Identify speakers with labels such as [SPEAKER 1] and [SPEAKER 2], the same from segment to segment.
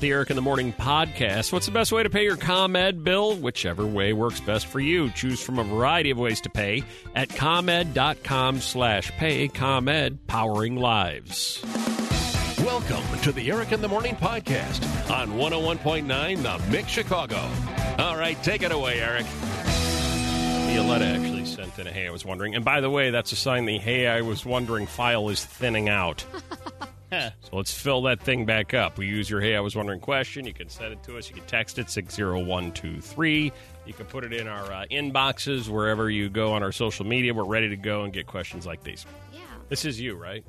[SPEAKER 1] the Eric in the Morning podcast. What's the best way to pay your ComEd bill? Whichever way works best for you. Choose from a variety of ways to pay at ComEd.com slash pay. ComEd, powering lives.
[SPEAKER 2] Welcome to the Eric in the Morning podcast on 101.9 The Mix Chicago. All right, take it away, Eric.
[SPEAKER 1] Violetta actually sent in a hey, I was wondering. And by the way, that's a sign the hey, I was wondering file is thinning out. so let's fill that thing back up. We use your hey, I was wondering question. You can send it to us. You can text it 60123. You can put it in our uh, inboxes, wherever you go on our social media. We're ready to go and get questions like these.
[SPEAKER 3] Yeah.
[SPEAKER 1] This is you, right?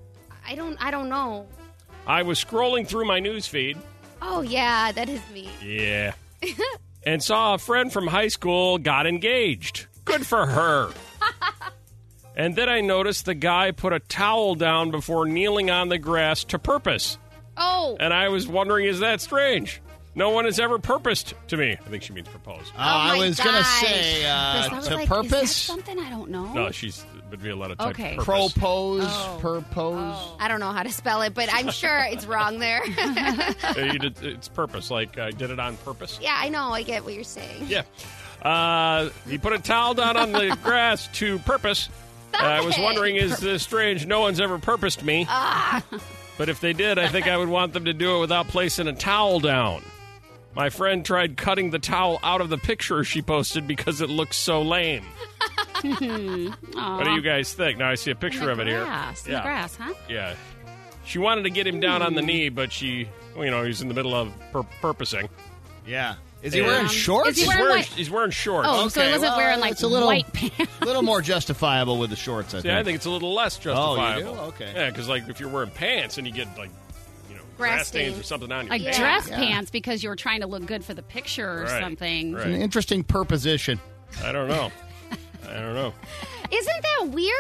[SPEAKER 3] I don't I don't know.
[SPEAKER 1] I was scrolling through my news feed.
[SPEAKER 3] Oh yeah, that is me.
[SPEAKER 1] Yeah. and saw a friend from high school got engaged. Good for her. and then I noticed the guy put a towel down before kneeling on the grass to purpose.
[SPEAKER 3] Oh.
[SPEAKER 1] And uh, I was wondering, is that strange? No one has ever purposed to me. I think she means proposed.
[SPEAKER 4] Oh, I
[SPEAKER 3] my
[SPEAKER 4] was gonna
[SPEAKER 3] gosh.
[SPEAKER 4] say
[SPEAKER 3] Because I
[SPEAKER 4] uh,
[SPEAKER 3] was
[SPEAKER 4] to
[SPEAKER 3] like, is that
[SPEAKER 4] purpose,
[SPEAKER 3] something I don't know.
[SPEAKER 1] No, she's but Violetta type
[SPEAKER 5] Okay.
[SPEAKER 1] purpose.
[SPEAKER 4] propose,
[SPEAKER 5] Oh.
[SPEAKER 4] purpose.
[SPEAKER 3] I don't know how to spell it, but I'm sure it's wrong there.
[SPEAKER 1] Uh, you did- it's purpose. Like I did it on purpose.
[SPEAKER 3] yeah, I know. I get what you're saying.
[SPEAKER 1] Yeah. Uh, he put a towel down on the grass to purpose. Uh, I was
[SPEAKER 3] it.
[SPEAKER 1] wondering, is this strange? No one's ever purposed me.
[SPEAKER 5] Ah.
[SPEAKER 1] But if they did, I think I would want them to do it without placing a towel down. My friend tried cutting the towel out of the picture she posted because it looks so lame.
[SPEAKER 5] Hmm.
[SPEAKER 1] What do you guys think? Now I see a picture of it
[SPEAKER 5] Grass, in
[SPEAKER 1] here.
[SPEAKER 5] the grass, huh?
[SPEAKER 1] Yeah. She wanted to get him down on the
[SPEAKER 5] Hmm.
[SPEAKER 1] knee, but she, you know, he's in the middle of pur- purposing.
[SPEAKER 4] Yeah, is he
[SPEAKER 1] Yeah.
[SPEAKER 4] wearing
[SPEAKER 1] Um,
[SPEAKER 4] shorts?
[SPEAKER 5] is he
[SPEAKER 1] He's
[SPEAKER 5] wearing
[SPEAKER 1] wearing,
[SPEAKER 5] white-
[SPEAKER 1] he's wearing shorts.
[SPEAKER 5] Oh, so he
[SPEAKER 4] Okay,
[SPEAKER 5] wasn't
[SPEAKER 4] well,
[SPEAKER 5] wearing like
[SPEAKER 4] it's a little-
[SPEAKER 5] white pants.
[SPEAKER 4] a little more justifiable with the shorts, I think.
[SPEAKER 1] See, I think it's a little less
[SPEAKER 4] Oh, you do?
[SPEAKER 1] justifiable.
[SPEAKER 4] Okay.
[SPEAKER 1] Yeah, because like if you're wearing pants and you get like, you know, grass,
[SPEAKER 3] Grass
[SPEAKER 1] stains.
[SPEAKER 3] stains.
[SPEAKER 1] or something on your
[SPEAKER 5] Like
[SPEAKER 1] pants.
[SPEAKER 5] dress
[SPEAKER 4] Yeah.
[SPEAKER 5] pants because you were trying to look good for the picture or
[SPEAKER 1] Right,
[SPEAKER 5] something.
[SPEAKER 1] right.
[SPEAKER 4] An interesting purposition.
[SPEAKER 1] I don't know. I don't know.
[SPEAKER 3] Isn't that weird?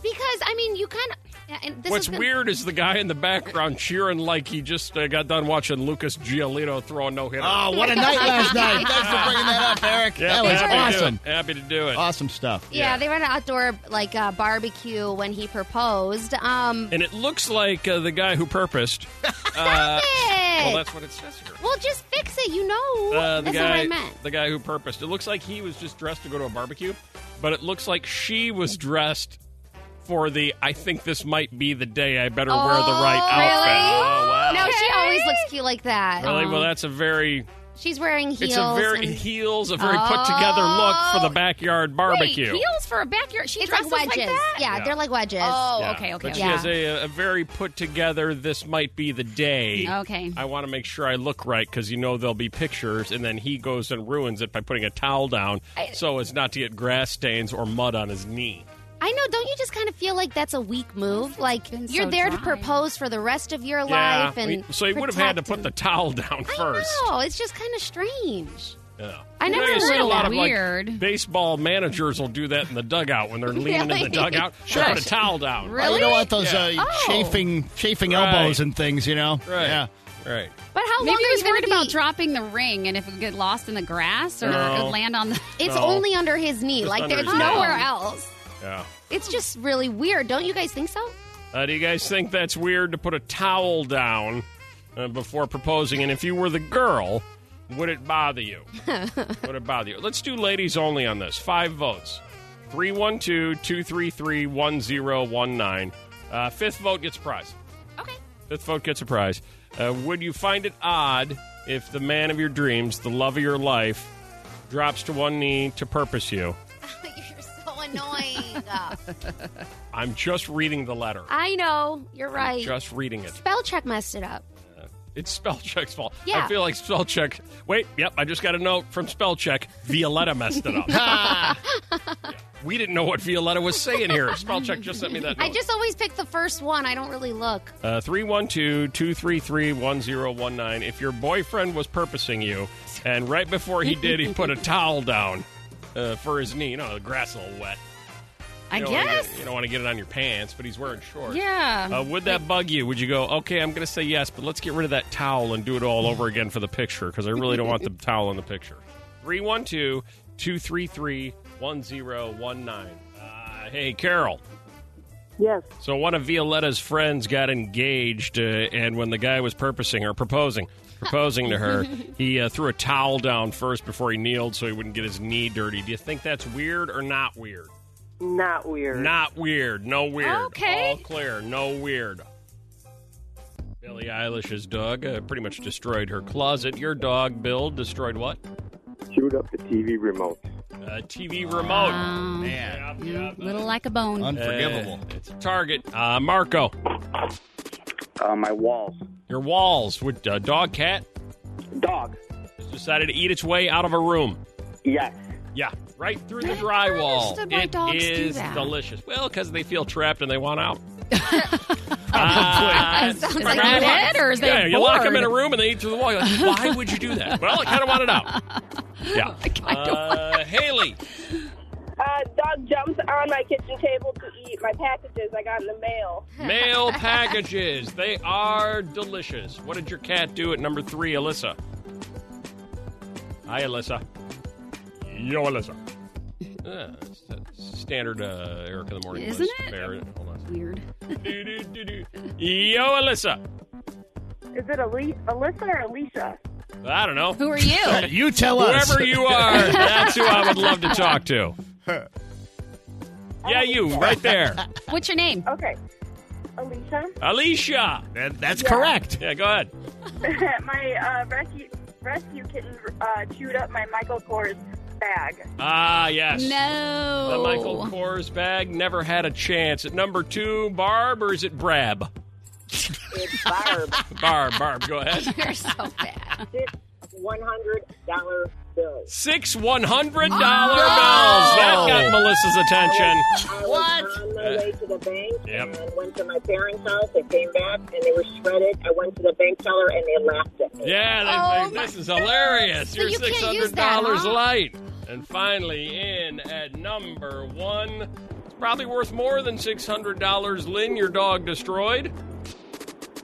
[SPEAKER 3] Because I mean, you kind of. And this
[SPEAKER 1] What's
[SPEAKER 3] has been-
[SPEAKER 1] weird is the guy in the background cheering like he just uh, got done watching Lucas Giolito throw a no hitter.
[SPEAKER 4] Oh, what a night last night! Thanks for bringing that up, Eric. that was
[SPEAKER 1] happy to do
[SPEAKER 4] awesome. Uh,
[SPEAKER 1] it. Happy to do it.
[SPEAKER 4] Awesome stuff.
[SPEAKER 3] Yeah,
[SPEAKER 1] Yeah.
[SPEAKER 3] they were at an outdoor like uh, barbecue when he proposed. Um,
[SPEAKER 1] And it looks like uh, the guy who purposed.
[SPEAKER 3] hey!
[SPEAKER 1] uh, Well,
[SPEAKER 3] well,
[SPEAKER 1] that's what it says here.
[SPEAKER 3] just fix it. You know,
[SPEAKER 1] Uh, the
[SPEAKER 3] that's
[SPEAKER 1] guy,
[SPEAKER 3] what I meant.
[SPEAKER 1] the guy who purposed. It looks like he was just dressed to go to a barbecue, but it looks like she was dressed for the. I think this might be the day. I better wear the right
[SPEAKER 3] Oh,
[SPEAKER 1] outfit.
[SPEAKER 3] really?
[SPEAKER 1] Oh wow!
[SPEAKER 3] No, she always looks cute like that.
[SPEAKER 1] Really?
[SPEAKER 5] Um,
[SPEAKER 1] Well, that's a very.
[SPEAKER 3] She's wearing heels.
[SPEAKER 1] It's a very
[SPEAKER 3] and- Oh,
[SPEAKER 1] heels, a very put together look for the backyard barbecue.
[SPEAKER 5] Wait, heels for a backyard. She
[SPEAKER 3] it's like
[SPEAKER 5] dresses like,
[SPEAKER 3] wedges.
[SPEAKER 5] that.
[SPEAKER 3] yeah,
[SPEAKER 1] Yeah.
[SPEAKER 3] they're like wedges.
[SPEAKER 5] Oh,
[SPEAKER 1] Yeah.
[SPEAKER 5] okay, okay,
[SPEAKER 1] But
[SPEAKER 5] okay.
[SPEAKER 1] she
[SPEAKER 3] Yeah.
[SPEAKER 1] has a, a very put together. This might be the day.
[SPEAKER 5] Okay.
[SPEAKER 1] I want to make sure I look right because you know there'll be pictures, and then he goes and ruins it by putting a towel down so as not to get grass stains or mud on his knee.
[SPEAKER 3] I know. Don't you just kind of feel like that's a weak move? Like
[SPEAKER 5] been
[SPEAKER 3] you're
[SPEAKER 5] so
[SPEAKER 3] there to
[SPEAKER 5] dry.
[SPEAKER 3] propose for the rest of your life, and
[SPEAKER 1] we- so he would have had to
[SPEAKER 3] protect
[SPEAKER 1] put the towel down
[SPEAKER 3] and-
[SPEAKER 1] first.
[SPEAKER 3] I know. It's just kind of strange.
[SPEAKER 1] Yeah.
[SPEAKER 5] I never
[SPEAKER 1] you
[SPEAKER 5] heard
[SPEAKER 1] see a
[SPEAKER 5] of
[SPEAKER 1] lot
[SPEAKER 5] that.
[SPEAKER 1] of like,
[SPEAKER 5] Weird.
[SPEAKER 1] baseball managers will do that in the dugout when they're leaning in the
[SPEAKER 3] Really?
[SPEAKER 1] dugout. Sure, put a towel down.
[SPEAKER 5] Really?
[SPEAKER 4] Oh, You don't want those
[SPEAKER 1] Yeah.
[SPEAKER 4] uh,
[SPEAKER 3] Oh.
[SPEAKER 4] chafing, chafing
[SPEAKER 1] Right.
[SPEAKER 4] elbows and things. You know.
[SPEAKER 1] Right.
[SPEAKER 4] Yeah.
[SPEAKER 1] Right.
[SPEAKER 3] But how
[SPEAKER 5] Maybe
[SPEAKER 3] long
[SPEAKER 5] he
[SPEAKER 3] are you
[SPEAKER 5] was
[SPEAKER 3] going
[SPEAKER 5] worried
[SPEAKER 3] to be?
[SPEAKER 5] about dropping the ring and if it would get lost in the grass or
[SPEAKER 1] No.
[SPEAKER 5] it would land on the.
[SPEAKER 3] it's
[SPEAKER 1] No.
[SPEAKER 3] only under his knee.
[SPEAKER 1] Just
[SPEAKER 3] like
[SPEAKER 1] under
[SPEAKER 3] there's
[SPEAKER 1] his knee.
[SPEAKER 3] nowhere else.
[SPEAKER 1] Yeah.
[SPEAKER 3] It's just really weird. Don't you guys think so?
[SPEAKER 1] Uh, do you guys think that's weird to put a towel down uh, before proposing? And if you were the girl, would it bother you? would it bother you? Let's do ladies only on this. Five votes 312 233 1019. Uh, Fifth vote gets a prize.
[SPEAKER 3] Okay.
[SPEAKER 1] Fifth vote gets a prize. Uh, would you find it odd if the man of your dreams, the love of your life, drops to one knee to purpose you?
[SPEAKER 3] you're so annoying.
[SPEAKER 1] I'm just reading the letter.
[SPEAKER 3] I know. You're right.
[SPEAKER 1] Just reading it.
[SPEAKER 3] Spell check messed it up.
[SPEAKER 1] It's spell check's fault. I
[SPEAKER 3] Yeah.
[SPEAKER 1] feel like spell check. Wait, yep, I just got a note from spell check. Violetta messed it up. Yeah. We didn't know what Violetta was saying here. Spell check just sent me that
[SPEAKER 3] I
[SPEAKER 1] note.
[SPEAKER 3] just always pick the first one. I don't really look.
[SPEAKER 1] Uh, 312-233-1019. If your boyfriend was purposing you, and right before he did, he put a towel down uh, for his knee. You know, the grass a little wet.
[SPEAKER 5] I
[SPEAKER 1] You don't wanna
[SPEAKER 5] guess.
[SPEAKER 1] Get, you don't want to get it on your pants, but he's wearing shorts.
[SPEAKER 5] Yeah.
[SPEAKER 1] Uh, would that bug you? Would you go, okay, I'm going to say yes, but let's get rid of that towel and do it all over again for the picture because I really don't want the towel in the picture. 312 233 1019. Hey, Uh, Carol.
[SPEAKER 6] Yes.
[SPEAKER 1] So one of Violetta's friends got engaged, uh, and when the guy was purposing or proposing, proposing to her, he uh, threw a towel down first before he kneeled so he wouldn't get his knee dirty. Do you think that's weird or not weird?
[SPEAKER 6] Not weird.
[SPEAKER 1] Not weird. No weird.
[SPEAKER 5] Okay.
[SPEAKER 1] All clear. No weird. Billie Eilish's dog uh, pretty much destroyed her closet. Your dog, Bill, destroyed what?
[SPEAKER 7] chewed up the TV remote.
[SPEAKER 1] A TV remote.
[SPEAKER 5] Um,
[SPEAKER 4] Man,
[SPEAKER 5] little like a bone.
[SPEAKER 4] unforgivable.
[SPEAKER 1] Uh, it's a target. Uh, Marco,
[SPEAKER 7] Uh, my walls.
[SPEAKER 1] your walls with uh, dog cat
[SPEAKER 7] Dog.
[SPEAKER 1] just decided to eat its way out of a room.
[SPEAKER 7] Yes.
[SPEAKER 1] Yeah, right through the
[SPEAKER 5] I never
[SPEAKER 1] drywall.
[SPEAKER 5] understood why
[SPEAKER 1] It
[SPEAKER 5] dogs do
[SPEAKER 1] is
[SPEAKER 5] that.
[SPEAKER 1] delicious. Well, because they feel trapped and they want out. Uh,
[SPEAKER 5] Is that it, or is
[SPEAKER 1] yeah,
[SPEAKER 5] that
[SPEAKER 1] you lock them in a room and they eat through the wall. You're like, Why would you do that? Well, I kind of wanted out. Yeah. Uh, Haley,
[SPEAKER 8] Uh, dog jumps on my kitchen table to eat my packages I got in the mail.
[SPEAKER 1] mail packages. They are delicious. What did your cat do at number three, Alyssa? Hi, Alyssa. Yo, Alyssa. Uh, it's a standard uh, Eric in the morning.
[SPEAKER 5] Isn't
[SPEAKER 1] list.
[SPEAKER 5] it?
[SPEAKER 1] Bear- hold on.
[SPEAKER 5] Weird.
[SPEAKER 1] Do-do-do-do. Yo, Alyssa.
[SPEAKER 8] Is it Ali- Alyssa or Alicia?
[SPEAKER 1] I don't know.
[SPEAKER 5] Who are you?
[SPEAKER 4] You tell us.
[SPEAKER 1] Whoever you are, that's who I would love to talk to. Yeah, you, right there.
[SPEAKER 5] What's your name?
[SPEAKER 8] Okay. Alicia,
[SPEAKER 1] Alicia.
[SPEAKER 4] That- that's correct.
[SPEAKER 1] Yeah, go ahead.
[SPEAKER 8] my uh, rescue rescue kitten uh, chewed up my Michael Kors bag.
[SPEAKER 1] Ah, yes.
[SPEAKER 5] No.
[SPEAKER 1] The Michael Kors bag never had a chance. At number two, Barb, or is it Brab?
[SPEAKER 6] It's Barb.
[SPEAKER 1] Barb, Barb, go ahead.
[SPEAKER 5] You're so bad.
[SPEAKER 6] Six one hundred dollar bills.
[SPEAKER 1] Six $100 bills. That got Melissa's attention.
[SPEAKER 6] What? I was on my way to the bank
[SPEAKER 1] Yep.
[SPEAKER 6] and went to my parents' house. I came back and they were shredded. I went to the bank teller and they laughed at me.
[SPEAKER 1] Yeah,
[SPEAKER 3] Oh,
[SPEAKER 1] they think
[SPEAKER 3] my
[SPEAKER 1] this is hilarious.
[SPEAKER 3] So
[SPEAKER 1] You're
[SPEAKER 3] you
[SPEAKER 1] six
[SPEAKER 3] can't
[SPEAKER 1] hundred
[SPEAKER 3] use that,
[SPEAKER 1] dollars
[SPEAKER 3] huh?
[SPEAKER 1] light. And finally, in at number one, it's probably worth more than six hundred dollars. Lynn, your dog destroyed.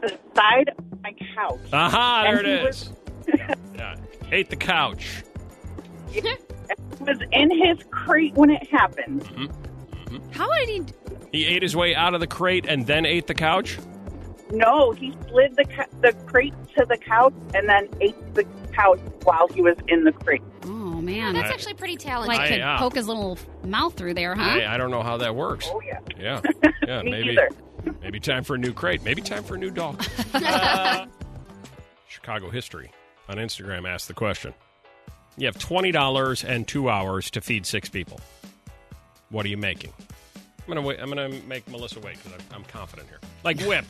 [SPEAKER 8] The side of my couch.
[SPEAKER 1] Aha, there
[SPEAKER 8] And
[SPEAKER 1] it
[SPEAKER 8] he
[SPEAKER 1] is. Yeah, yeah. Ate the couch.
[SPEAKER 8] was in his crate when it happened.
[SPEAKER 5] How did he?
[SPEAKER 1] He ate his way out of the crate and then ate the couch.
[SPEAKER 8] No, he slid the cou- the crate to the couch and then ate the couch while he was in the crate.
[SPEAKER 5] Oh man.
[SPEAKER 3] That's
[SPEAKER 1] I-
[SPEAKER 3] actually pretty talented.
[SPEAKER 5] like
[SPEAKER 1] I-
[SPEAKER 5] could
[SPEAKER 1] yeah.
[SPEAKER 5] poke his little mouth through there, huh?
[SPEAKER 1] I, I don't know how that works.
[SPEAKER 8] Oh yeah.
[SPEAKER 1] Yeah, yeah,
[SPEAKER 8] Me
[SPEAKER 1] maybe
[SPEAKER 8] either.
[SPEAKER 1] maybe time for a new crate. Maybe time for a new dog. Uh, Chicago history on Instagram asked the question: You have twenty dollars and two hours to feed six people. What are you making? I'm gonna wait. I'm gonna make Melissa wait because I'm, I'm confident here. Like whip,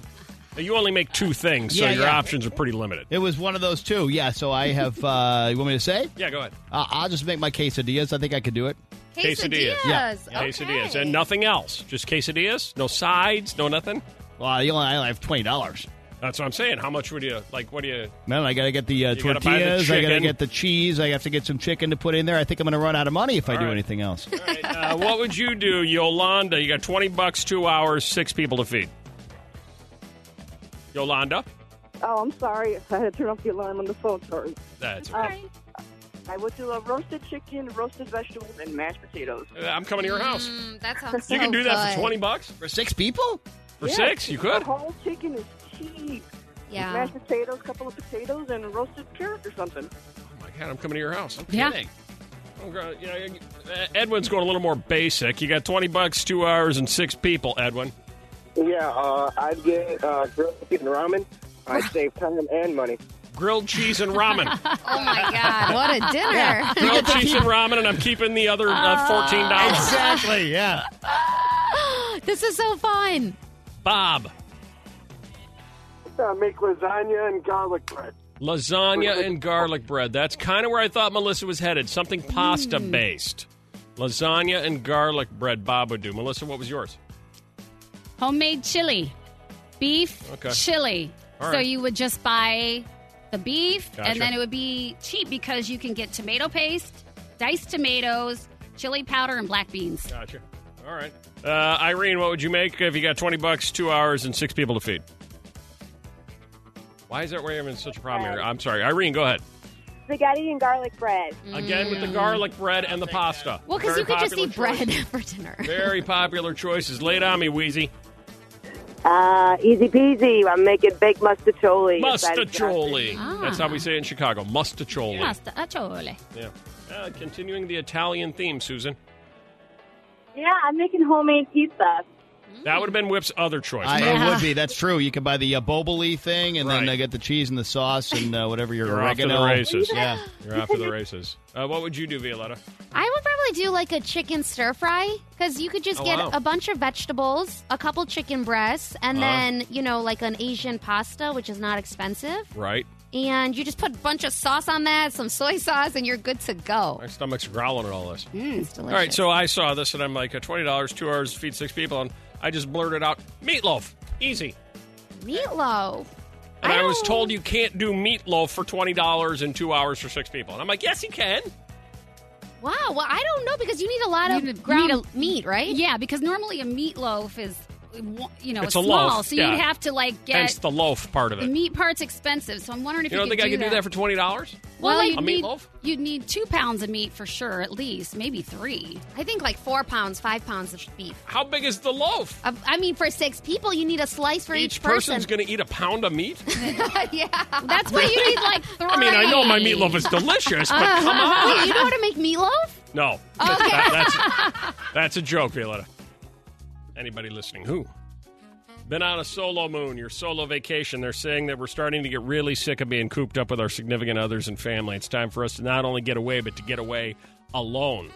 [SPEAKER 1] you only make two things, so
[SPEAKER 4] Yeah,
[SPEAKER 1] your
[SPEAKER 4] yeah.
[SPEAKER 1] options are pretty limited.
[SPEAKER 4] It was one of those two. Yeah, so I have, uh, you want me to say?
[SPEAKER 1] Yeah, go ahead.
[SPEAKER 4] Uh, I'll just make my quesadillas. I think I could do it.
[SPEAKER 1] Quesadillas.
[SPEAKER 3] quesadillas.
[SPEAKER 4] Yeah.
[SPEAKER 3] Okay.
[SPEAKER 1] Quesadillas and nothing else. Just quesadillas. No sides. No nothing.
[SPEAKER 4] Well, you only, I only have $20.
[SPEAKER 1] That's what I'm saying. How much would you like? What do you?
[SPEAKER 4] Man, I got to get the uh,
[SPEAKER 1] You gotta buy the
[SPEAKER 4] tortillas. I got to
[SPEAKER 1] chicken.
[SPEAKER 4] get the cheese. I have to get some chicken to put in there. I think I'm going to run out of money if I do
[SPEAKER 1] right.
[SPEAKER 4] anything else.
[SPEAKER 1] Uh, what would you do, Yolanda? You got 20 bucks, two hours, six people to feed. Yolanda?
[SPEAKER 9] Oh, I'm sorry. I had to turn off the alarm on the phone. Sorry. Uh,
[SPEAKER 1] That's
[SPEAKER 3] Uh,
[SPEAKER 1] okay.
[SPEAKER 9] I would do a roasted chicken, roasted vegetables, and mashed potatoes.
[SPEAKER 1] Uh, I'm coming to your house.
[SPEAKER 3] Mm, that sounds
[SPEAKER 1] You
[SPEAKER 3] so
[SPEAKER 1] can do that
[SPEAKER 3] good. Uh-huh.
[SPEAKER 1] for 20 bucks?
[SPEAKER 4] For six people?
[SPEAKER 1] For six? You
[SPEAKER 9] But
[SPEAKER 1] could?
[SPEAKER 9] whole chicken is cheap.
[SPEAKER 3] Yeah.
[SPEAKER 9] Mashed potatoes, couple of potatoes, and roasted carrot or something.
[SPEAKER 1] Oh my God, I'm coming to your house.
[SPEAKER 5] Yeah.
[SPEAKER 1] I'm gonna- you know, you- uh, Edwin's going a little more basic. You got 20 bucks, two hours, and six people, Edwin.
[SPEAKER 7] Yeah, uh, I'd get uh, grilled chicken ramen. I'd save time and money.
[SPEAKER 1] Grilled cheese and ramen.
[SPEAKER 3] Oh my God! What a dinner!
[SPEAKER 1] Grilled cheese and ramen, and I'm keeping the other uh, $14.
[SPEAKER 4] Exactly, yeah.
[SPEAKER 5] This is so fun.
[SPEAKER 1] Bob,
[SPEAKER 7] Uh, make lasagna and garlic bread.
[SPEAKER 1] Lasagna and garlic bread. That's kind of where I thought Melissa was headed. Something pasta based. Lasagna and garlic bread, Bob would do. Melissa, what was yours?
[SPEAKER 5] Homemade chili, beef
[SPEAKER 1] Okay.
[SPEAKER 5] chili.
[SPEAKER 1] All
[SPEAKER 5] So
[SPEAKER 1] right.
[SPEAKER 5] you would just buy the beef,
[SPEAKER 1] Gotcha.
[SPEAKER 5] and then it would be cheap because you can get tomato paste, diced tomatoes, chili powder, and black beans.
[SPEAKER 1] Gotcha. All right. Uh, Irene, what would you make if you got 20 bucks, two hours, and six people to feed? Why is that we're having such a problem here? I'm sorry. Irene, go ahead.
[SPEAKER 8] Spaghetti and garlic bread.
[SPEAKER 1] Again with the garlic bread and the pasta.
[SPEAKER 3] Well, because
[SPEAKER 1] Very
[SPEAKER 3] you could just
[SPEAKER 1] popular
[SPEAKER 3] eat
[SPEAKER 1] choice.
[SPEAKER 3] bread for dinner.
[SPEAKER 1] Very popular choices. Lay it on me, Wheezy.
[SPEAKER 6] Uh, easy peasy. I'm making baked mustacholi.
[SPEAKER 1] Mustacholi.
[SPEAKER 5] Ah.
[SPEAKER 1] That's how we say it in Chicago. Mustacholi.
[SPEAKER 5] Pasta, achole.
[SPEAKER 1] Yeah. Uh, continuing the Italian theme, Susan.
[SPEAKER 6] Yeah, I'm making homemade pizza.
[SPEAKER 1] That
[SPEAKER 5] Mm.
[SPEAKER 1] would have been Whip's other choice.
[SPEAKER 4] I,
[SPEAKER 1] but
[SPEAKER 4] It would be. That's true. You could buy the uh, boboli thing, and then
[SPEAKER 1] Right.
[SPEAKER 4] uh, get the cheese and the sauce and uh, whatever your
[SPEAKER 1] You're off to
[SPEAKER 4] oregano.
[SPEAKER 1] the races.
[SPEAKER 4] Yeah.
[SPEAKER 1] You're off to the races. Uh, what would you do, Violetta?
[SPEAKER 3] I would probably do like a chicken stir fry because you could just
[SPEAKER 1] Oh,
[SPEAKER 3] get
[SPEAKER 1] wow.
[SPEAKER 3] a bunch of vegetables, a couple chicken breasts, and
[SPEAKER 1] Uh-huh.
[SPEAKER 3] then, you know, like an Asian pasta, which is not expensive.
[SPEAKER 1] Right.
[SPEAKER 3] And you just put a bunch of sauce on that, some soy sauce, and you're good to go.
[SPEAKER 1] My stomach's growling at all this.
[SPEAKER 5] Mm.
[SPEAKER 3] It's delicious.
[SPEAKER 1] Mm. All right, so I saw this and I'm like, uh, $20, two hours, feed six people, and I just blurted out, meatloaf. Easy.
[SPEAKER 3] Meatloaf.
[SPEAKER 1] And I, was
[SPEAKER 3] don't-
[SPEAKER 1] told you can't do meatloaf for $20 and two hours for six people. And I'm like, yes, you can.
[SPEAKER 3] Wow. Well, I don't know because you need a lot
[SPEAKER 5] You
[SPEAKER 3] of
[SPEAKER 5] need a-
[SPEAKER 3] ground
[SPEAKER 5] need a-
[SPEAKER 3] meat, right?
[SPEAKER 5] Yeah, because normally a meatloaf is, you know,
[SPEAKER 1] It's
[SPEAKER 5] it's
[SPEAKER 1] a
[SPEAKER 5] small,
[SPEAKER 1] loaf,
[SPEAKER 5] so
[SPEAKER 1] yeah.
[SPEAKER 5] you'd have to like
[SPEAKER 1] Hence
[SPEAKER 5] get
[SPEAKER 1] the loaf part of
[SPEAKER 5] the
[SPEAKER 1] it.
[SPEAKER 5] meat part's expensive. So I'm wondering if
[SPEAKER 1] You
[SPEAKER 5] you,
[SPEAKER 1] don't
[SPEAKER 5] could
[SPEAKER 1] think I
[SPEAKER 5] do
[SPEAKER 1] could do that for $20?
[SPEAKER 5] well,
[SPEAKER 3] Well,
[SPEAKER 5] you'd
[SPEAKER 1] a
[SPEAKER 5] need,
[SPEAKER 1] meatloaf?
[SPEAKER 5] You'd need two pounds of meat for sure, at least maybe three.
[SPEAKER 3] I think like four pounds, five pounds of beef.
[SPEAKER 1] How big is the loaf?
[SPEAKER 3] Of- Uh, I mean, for six people, you need a slice for each,
[SPEAKER 1] Each
[SPEAKER 3] person.
[SPEAKER 1] person's going to eat a pound of meat?
[SPEAKER 3] yeah.
[SPEAKER 5] That's why you need like three.
[SPEAKER 1] I mean, I know my meatloaf is delicious, but
[SPEAKER 3] Uh-huh.
[SPEAKER 1] come on.
[SPEAKER 3] Wait, you know how to make meatloaf?
[SPEAKER 1] No. That- that's, that's a joke, Violetta. Anybody listening who? Been on a solo moon, your solo vacation. They're saying that we're starting to get really sick of being cooped up with our significant others and family. It's time for us to not only get away, but to get away alone.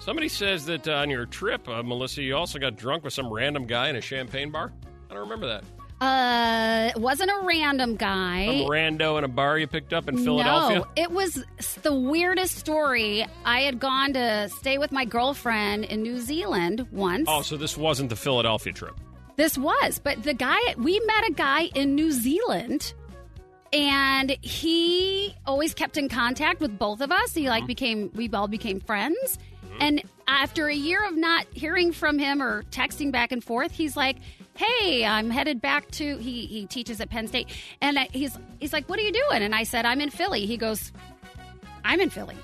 [SPEAKER 1] Somebody says that uh, on your trip, uh, Melissa, you also got drunk with some random guy in a champagne bar. I don't remember that.
[SPEAKER 5] Uh, it wasn't a random guy.
[SPEAKER 1] Some rando in a bar you picked up in Philadelphia.
[SPEAKER 5] No, it was the weirdest story. I had gone to stay with my girlfriend in New Zealand once.
[SPEAKER 1] Oh, so this wasn't the Philadelphia trip.
[SPEAKER 5] This was, but the guy we met a guy in New Zealand, and he always kept in contact with both of us. He
[SPEAKER 1] Mm-hmm.
[SPEAKER 5] like became we all became friends, and after a year of not hearing from him or texting back and forth, he's like. Hey, I'm headed back to he he teaches at Penn State and I, he's he's like, "What are you doing?" and I said, "I'm in Philly." He goes, "I'm in Philly.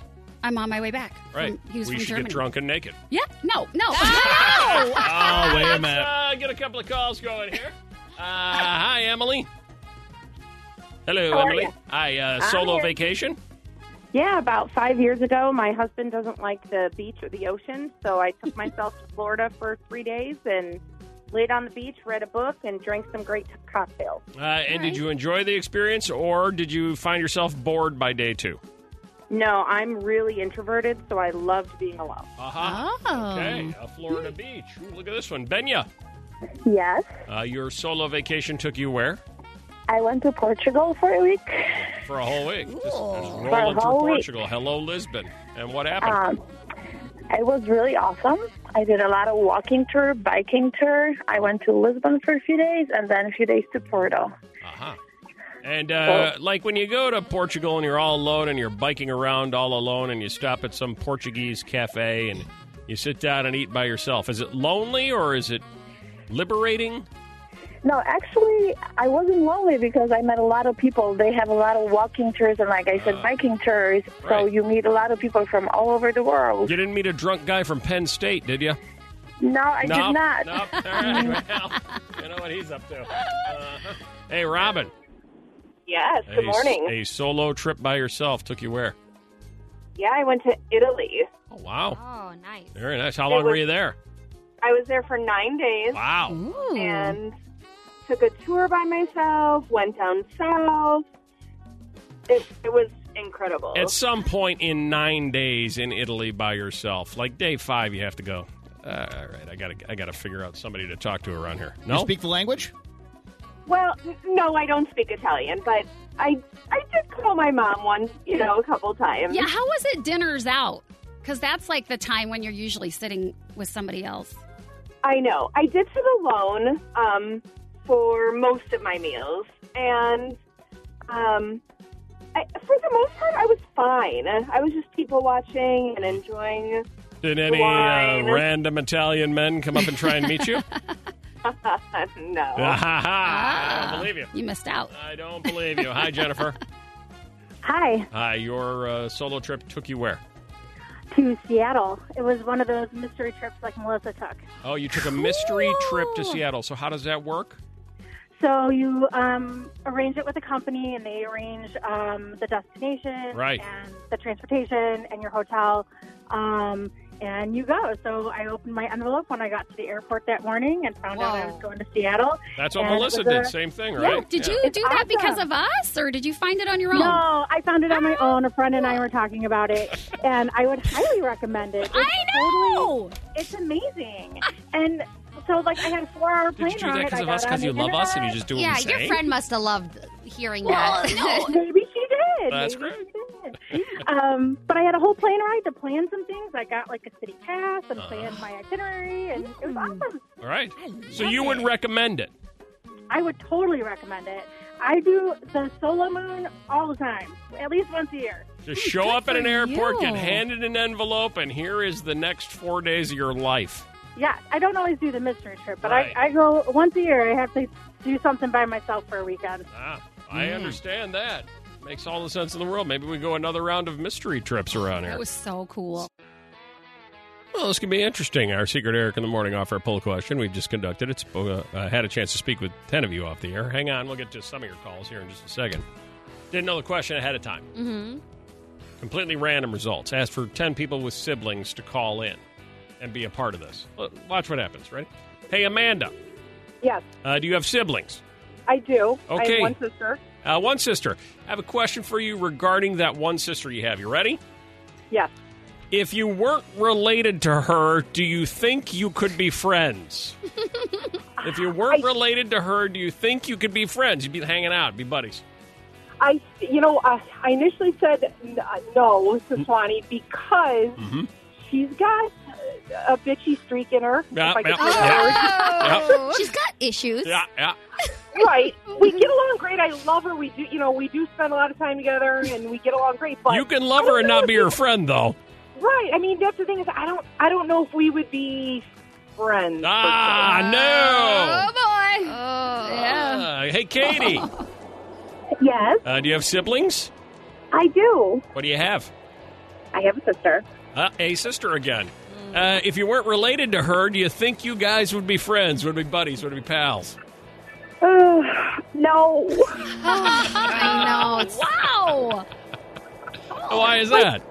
[SPEAKER 5] I'm on my way back."
[SPEAKER 1] Right.
[SPEAKER 5] From, he was
[SPEAKER 1] we
[SPEAKER 5] from
[SPEAKER 1] should
[SPEAKER 5] Germany.
[SPEAKER 1] get drunk and naked.
[SPEAKER 5] Yeah. No. No.
[SPEAKER 1] Oh,
[SPEAKER 4] wait a
[SPEAKER 1] let's,
[SPEAKER 4] minute.
[SPEAKER 1] Uh, get a couple of calls going here. Uh, hi, Emily. Hello,
[SPEAKER 6] How are
[SPEAKER 1] Emily.
[SPEAKER 6] ya?
[SPEAKER 1] Hi, uh, solo
[SPEAKER 6] here.
[SPEAKER 1] vacation.
[SPEAKER 6] Yeah, about five years ago, my husband doesn't like the beach or the ocean, so I took myself to Florida for three days and laid on the beach, read a book, and drank some great cocktails.
[SPEAKER 1] Uh, and did you enjoy the experience, or did you find yourself bored by day two?
[SPEAKER 6] No, I'm really introverted, so I loved being alone. Uh-huh.
[SPEAKER 1] Aha.
[SPEAKER 5] Oh.
[SPEAKER 1] Okay, a Florida beach. Ooh, look at this one, Benya.
[SPEAKER 6] Yes,
[SPEAKER 1] Uh, your solo vacation took you where
[SPEAKER 6] I went to Portugal for a week.
[SPEAKER 1] for a whole week? Just, just
[SPEAKER 6] For a
[SPEAKER 1] rolling through
[SPEAKER 6] whole week.
[SPEAKER 1] Portugal. Hello, Lisbon. And what happened?
[SPEAKER 6] Um, it was really awesome. I did a lot of walking tour, biking tour. I went to Lisbon for a few days, and then a few days to Porto.
[SPEAKER 1] Aha. Uh-huh. And uh, like when you go to Portugal and you're all alone and you're biking around all alone and you stop at some Portuguese cafe and you sit down and eat by yourself, is it lonely or is it liberating?
[SPEAKER 6] No, actually, I wasn't lonely because I met a lot of people. They have a lot of walking tours and, like I said, biking tours. So
[SPEAKER 1] Ah, right.
[SPEAKER 6] you meet a lot of people from all over the world.
[SPEAKER 1] You didn't meet a drunk guy from Penn State, did you?
[SPEAKER 6] No, I did not.
[SPEAKER 1] No. All right. Well, you know what he's up to. Uh, hey, Robin.
[SPEAKER 9] Yes,
[SPEAKER 1] a, A solo trip by yourself took you where?
[SPEAKER 9] Yeah, I went to Italy.
[SPEAKER 1] Oh, wow.
[SPEAKER 3] Oh, nice.
[SPEAKER 1] Very nice. How
[SPEAKER 9] It
[SPEAKER 1] long were
[SPEAKER 9] was-
[SPEAKER 1] you there?
[SPEAKER 9] I was there for nine days
[SPEAKER 1] Wow.
[SPEAKER 3] Ooh.
[SPEAKER 9] and took a tour by myself, went down south. It, it was incredible.
[SPEAKER 1] At some point in nine days in Italy by yourself, like day five, you have to go. Uh, all right, I gotta, I gotta figure out somebody to talk to around here.
[SPEAKER 4] You
[SPEAKER 1] No,
[SPEAKER 4] speak the language?
[SPEAKER 9] Well, no, I don't speak Italian, but I I did call my mom once, you know, a couple times.
[SPEAKER 5] Yeah, how was it dinners out? Because that's like the time when you're usually sitting with somebody else.
[SPEAKER 9] I know. I did sit alone um, for most of my meals, and um, I, for the most part, I was fine. I was just people watching and enjoying.
[SPEAKER 1] did any
[SPEAKER 9] Wine.
[SPEAKER 1] uh, random Italian men come up and try and meet you?
[SPEAKER 9] no.
[SPEAKER 1] Ah, ha, ha. I don't believe you.
[SPEAKER 5] You missed out.
[SPEAKER 1] I don't believe you. Hi, Jennifer.
[SPEAKER 6] Hi,
[SPEAKER 1] Hi, your uh, solo trip took you where?
[SPEAKER 6] to Seattle. It was one of those mystery trips like Melissa took.
[SPEAKER 1] Oh, you took a mystery trip to Seattle. So how does that work?
[SPEAKER 6] So you um, arrange it with a company, and they arrange um, the destination,
[SPEAKER 1] Right.
[SPEAKER 6] and the transportation, and your hotel, um, and you go. So I opened my envelope when I got to the airport that morning and found out I
[SPEAKER 5] Whoa.
[SPEAKER 6] was going to Seattle.
[SPEAKER 1] That's what
[SPEAKER 6] And it
[SPEAKER 1] Melissa
[SPEAKER 6] was
[SPEAKER 1] did.
[SPEAKER 6] a-
[SPEAKER 1] Same thing,
[SPEAKER 6] Yeah,
[SPEAKER 1] right?
[SPEAKER 5] Did
[SPEAKER 1] Yeah.
[SPEAKER 5] you
[SPEAKER 6] It's
[SPEAKER 5] do that because
[SPEAKER 6] awesome.
[SPEAKER 5] of us, or did you find it on your own?
[SPEAKER 6] No, I found it on my own. A friend and I were talking about it, and I would highly recommend it. It's
[SPEAKER 5] I know.
[SPEAKER 6] totally- it's amazing. And so, like, I had a four-hour plane
[SPEAKER 10] Did you do
[SPEAKER 6] ride.
[SPEAKER 10] that because
[SPEAKER 6] I
[SPEAKER 10] of
[SPEAKER 6] got
[SPEAKER 10] us?
[SPEAKER 6] on
[SPEAKER 10] Because
[SPEAKER 6] the
[SPEAKER 10] you love us and you
[SPEAKER 6] internet.
[SPEAKER 10] just do what
[SPEAKER 3] Yeah,
[SPEAKER 10] we say?
[SPEAKER 3] your friend must have loved hearing
[SPEAKER 6] Well,
[SPEAKER 3] that.
[SPEAKER 6] Maybe she did.
[SPEAKER 1] That's
[SPEAKER 6] Maybe she did. Um, but I had a whole plane ride to plan some things. I got like a city pass
[SPEAKER 1] Uh-huh.
[SPEAKER 6] and planned my itinerary, and it was awesome.
[SPEAKER 1] All right. So you would recommend it.
[SPEAKER 6] I would totally recommend it. I do the solo moon all the time, at least once a year.
[SPEAKER 1] Just show up at an
[SPEAKER 5] for
[SPEAKER 1] airport, get
[SPEAKER 5] you.
[SPEAKER 1] handed an envelope, and here is the next four days of your life.
[SPEAKER 6] Yeah, I don't always do the mystery trip, but
[SPEAKER 1] Right.
[SPEAKER 6] I, I go once a year. I have to do something by myself for a weekend.
[SPEAKER 1] Ah, I
[SPEAKER 5] Mm.
[SPEAKER 1] understand that. Makes all the sense in the world. Maybe we go another round of mystery trips around here.
[SPEAKER 5] That was so cool.
[SPEAKER 1] Well, this can be interesting. Our secret Eric in the morning off our poll question we've just conducted. It's uh, uh, had a chance to speak with ten of you off the air. Hang on, we'll get to some of your calls here in just a second. Didn't know the question ahead of time.
[SPEAKER 3] mm-hmm.
[SPEAKER 1] Completely random results. Asked for ten people with siblings to call in and be a part of this. Well, Watch what happens. Ready? Hey, Amanda,
[SPEAKER 9] Yes,
[SPEAKER 1] uh, do you have siblings?
[SPEAKER 9] I do. I
[SPEAKER 1] Okay.
[SPEAKER 9] have one sister.
[SPEAKER 1] Uh, one sister. I have a question for you regarding that one sister you have. You ready?
[SPEAKER 9] Yes.
[SPEAKER 1] If you weren't related to her, do you think you could be friends? if you weren't related to her, do you think you could be friends? You'd be hanging out, be buddies.
[SPEAKER 9] I, you know, I, I initially said n- uh, no to
[SPEAKER 1] Mm.
[SPEAKER 9] Swanee because
[SPEAKER 1] Mhm.
[SPEAKER 9] she's got a bitchy streak in her.
[SPEAKER 1] Yeah,
[SPEAKER 9] if I could
[SPEAKER 1] yeah,
[SPEAKER 9] say that word.
[SPEAKER 3] Oh, she's got issues.
[SPEAKER 1] Yeah, yeah.
[SPEAKER 9] Right. We get along great. I love her. We do, you know, we do spend a lot of time together and we get along great. But
[SPEAKER 1] You can love her and not be her friend, though.
[SPEAKER 9] right. I mean, that's the thing is, I don't, I don't know if we would be friends. per
[SPEAKER 1] Ah, no.
[SPEAKER 5] Oh boy.
[SPEAKER 3] Oh.
[SPEAKER 5] yeah.
[SPEAKER 1] Ah, hey, Katie,
[SPEAKER 6] Yes,
[SPEAKER 1] uh, do you have siblings?
[SPEAKER 6] I do.
[SPEAKER 1] What do you have?
[SPEAKER 6] I have a sister.
[SPEAKER 1] Uh, a sister again. Uh, if you weren't related to her, do you think you guys would be friends? Would be buddies? Would be pals?
[SPEAKER 9] se. no.
[SPEAKER 3] I know. It's
[SPEAKER 5] Wow.
[SPEAKER 9] Oh,
[SPEAKER 1] Why is that?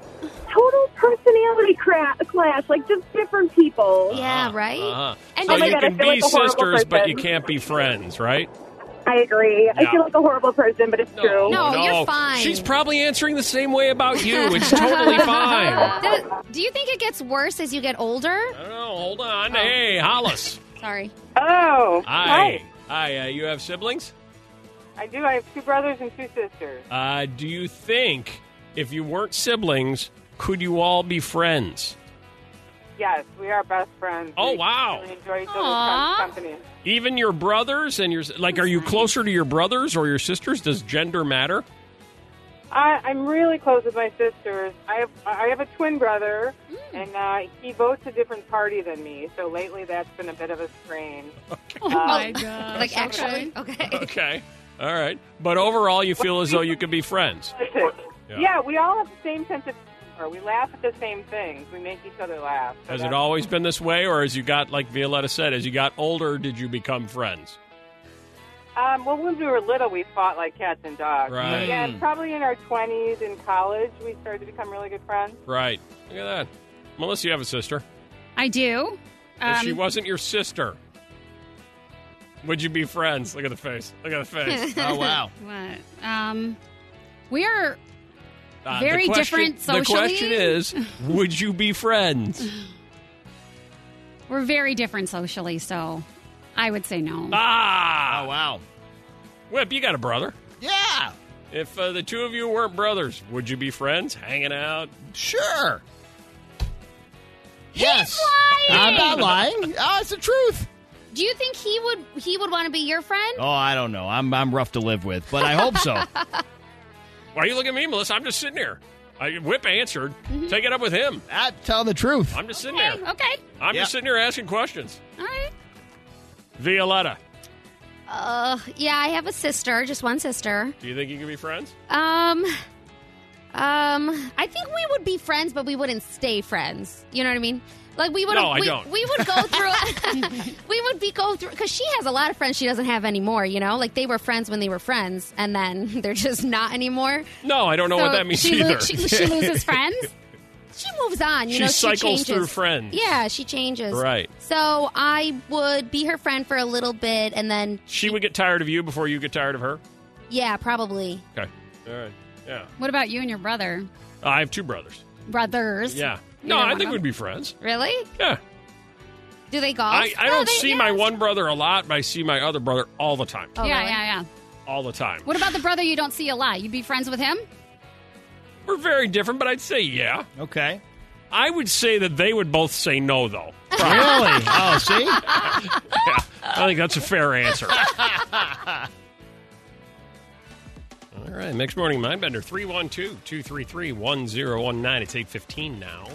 [SPEAKER 9] Total personality cra- clash. Like just different people.
[SPEAKER 3] yeah, right.
[SPEAKER 1] Uh-huh.
[SPEAKER 3] And
[SPEAKER 1] So
[SPEAKER 9] Oh my
[SPEAKER 1] you
[SPEAKER 9] God, I
[SPEAKER 1] can
[SPEAKER 9] feel like
[SPEAKER 1] be
[SPEAKER 9] a horrible
[SPEAKER 1] sisters, but
[SPEAKER 9] person.
[SPEAKER 1] you can't be friends, right?
[SPEAKER 9] I agree.
[SPEAKER 1] Yeah.
[SPEAKER 9] I feel like a horrible person, but it's true.
[SPEAKER 3] No, you're fine.
[SPEAKER 1] She's probably answering the same way about you. It's totally fine.
[SPEAKER 3] Does- do you think it gets worse as you get older?
[SPEAKER 1] I don't know. Hold on. Hey, Hollis.
[SPEAKER 3] Sorry.
[SPEAKER 8] Oh,
[SPEAKER 1] Hi. Hi. Uh, you have siblings?
[SPEAKER 8] I do. I have two brothers and two sisters.
[SPEAKER 1] Uh, do you think if you weren't siblings, could you all be friends?
[SPEAKER 8] Yes, we are best friends.
[SPEAKER 1] Oh,
[SPEAKER 8] We
[SPEAKER 1] wow.
[SPEAKER 8] really enjoy each other's
[SPEAKER 5] Aw.
[SPEAKER 8] com- company.
[SPEAKER 1] Even your brothers and your like, are you closer to your brothers or your sisters? Does gender matter?
[SPEAKER 8] I, I'm really close with my sisters. I have I have a twin brother,
[SPEAKER 5] Mm.
[SPEAKER 8] and uh, he votes a different party than me. So lately, that's been a bit of a strain. Um,
[SPEAKER 5] Oh my
[SPEAKER 1] Uh,
[SPEAKER 5] god.
[SPEAKER 3] like actually, okay.
[SPEAKER 1] Okay. All right. But overall, you feel as though you could be friends.
[SPEAKER 8] yeah.
[SPEAKER 1] Yeah.
[SPEAKER 8] we all have the same sense of humor. We laugh at the same things. We make each other laugh. So
[SPEAKER 1] Has it
[SPEAKER 8] that's-
[SPEAKER 1] always been this way, or as you got, like Violetta said, as you got older, did you become friends?
[SPEAKER 8] Um, well, when we were little, we fought like cats and dogs.
[SPEAKER 1] Right.
[SPEAKER 8] Yeah,
[SPEAKER 5] Mm.
[SPEAKER 8] and probably in our twenties in college, we started to become really good friends.
[SPEAKER 1] Right. Look at that. Melissa, you have a sister.
[SPEAKER 5] I do.
[SPEAKER 1] if she
[SPEAKER 5] Um,
[SPEAKER 1] wasn't your sister, would you be friends? Look at the face. Look at the face.
[SPEAKER 4] Oh, wow.
[SPEAKER 5] what? Um, we are
[SPEAKER 1] Uh,
[SPEAKER 5] Very
[SPEAKER 1] the question-
[SPEAKER 5] different
[SPEAKER 1] The question
[SPEAKER 5] socially.
[SPEAKER 1] is, would you be friends?
[SPEAKER 5] we're very different socially, so I would say no.
[SPEAKER 1] ah,
[SPEAKER 4] Oh, wow.
[SPEAKER 1] Whip, you got a brother.
[SPEAKER 4] Yeah,
[SPEAKER 1] If uh, the two of you weren't brothers, would you be friends, hanging out?
[SPEAKER 4] sure. yes. I'm not lying. Oh, it's the truth.
[SPEAKER 3] Do you think he would he would want to be your friend?
[SPEAKER 4] Oh, I don't know. I'm, I'm rough to live with, but I hope so.
[SPEAKER 1] Why are you looking at me, Melissa? I'm just sitting here. I, Whip answered.
[SPEAKER 3] Mm-hmm.
[SPEAKER 1] Take it up with him.
[SPEAKER 4] I'm telling Ah, the truth.
[SPEAKER 1] I'm just sitting
[SPEAKER 5] Okay.
[SPEAKER 3] Oh.
[SPEAKER 1] there.
[SPEAKER 5] Okay.
[SPEAKER 1] I'm
[SPEAKER 4] Yeah.
[SPEAKER 1] just sitting here asking questions.
[SPEAKER 5] All right.
[SPEAKER 1] Violetta,
[SPEAKER 3] Uh, yeah, I have a sister, just one sister.
[SPEAKER 1] do you think you can be friends?
[SPEAKER 3] Um, uh, Um, I think we would be friends, but we wouldn't stay friends. You know what I mean? Like we would.
[SPEAKER 1] No, I
[SPEAKER 3] we,
[SPEAKER 1] don't.
[SPEAKER 3] we would go through. we would be go through because she has a lot of friends she doesn't have anymore. You know, like they were friends when they were friends, and then they're just not anymore.
[SPEAKER 1] No, I don't know what
[SPEAKER 3] So
[SPEAKER 1] that means
[SPEAKER 3] she lo-
[SPEAKER 1] either.
[SPEAKER 3] she, she loses friends. She moves on. You
[SPEAKER 1] She
[SPEAKER 3] know,
[SPEAKER 1] cycles
[SPEAKER 3] she changes.
[SPEAKER 1] through friends.
[SPEAKER 3] Yeah, she changes.
[SPEAKER 1] Right.
[SPEAKER 3] So I would be her friend for a little bit, and then
[SPEAKER 1] she would get tired of you before you get tired of her.
[SPEAKER 3] yeah, probably.
[SPEAKER 1] Okay. All right. Yeah.
[SPEAKER 5] What about you and your brother?
[SPEAKER 1] I have two brothers.
[SPEAKER 5] Brothers.
[SPEAKER 1] Yeah.
[SPEAKER 5] You
[SPEAKER 1] No,
[SPEAKER 5] don't
[SPEAKER 1] I
[SPEAKER 5] want
[SPEAKER 1] think
[SPEAKER 5] them?
[SPEAKER 1] we'd be friends.
[SPEAKER 3] Really?
[SPEAKER 1] Yeah.
[SPEAKER 3] Do they golf?
[SPEAKER 1] I, I
[SPEAKER 3] No,
[SPEAKER 1] don't
[SPEAKER 3] they-
[SPEAKER 1] see
[SPEAKER 3] yeah.
[SPEAKER 1] my one brother a lot, but I see my other brother all the time.
[SPEAKER 3] Oh,
[SPEAKER 5] yeah,
[SPEAKER 3] really?
[SPEAKER 5] yeah, yeah.
[SPEAKER 1] All the time.
[SPEAKER 5] What about the brother you don't see a lot? You'd be friends with him?
[SPEAKER 1] We're very different, but I'd say yeah.
[SPEAKER 4] Okay.
[SPEAKER 1] I would say that they would both say no, though. Probably.
[SPEAKER 4] Really? Oh, see?
[SPEAKER 1] Yeah. I think that's a fair answer. All right. Next morning, Mindbender 312 233 1019. It's 815 now.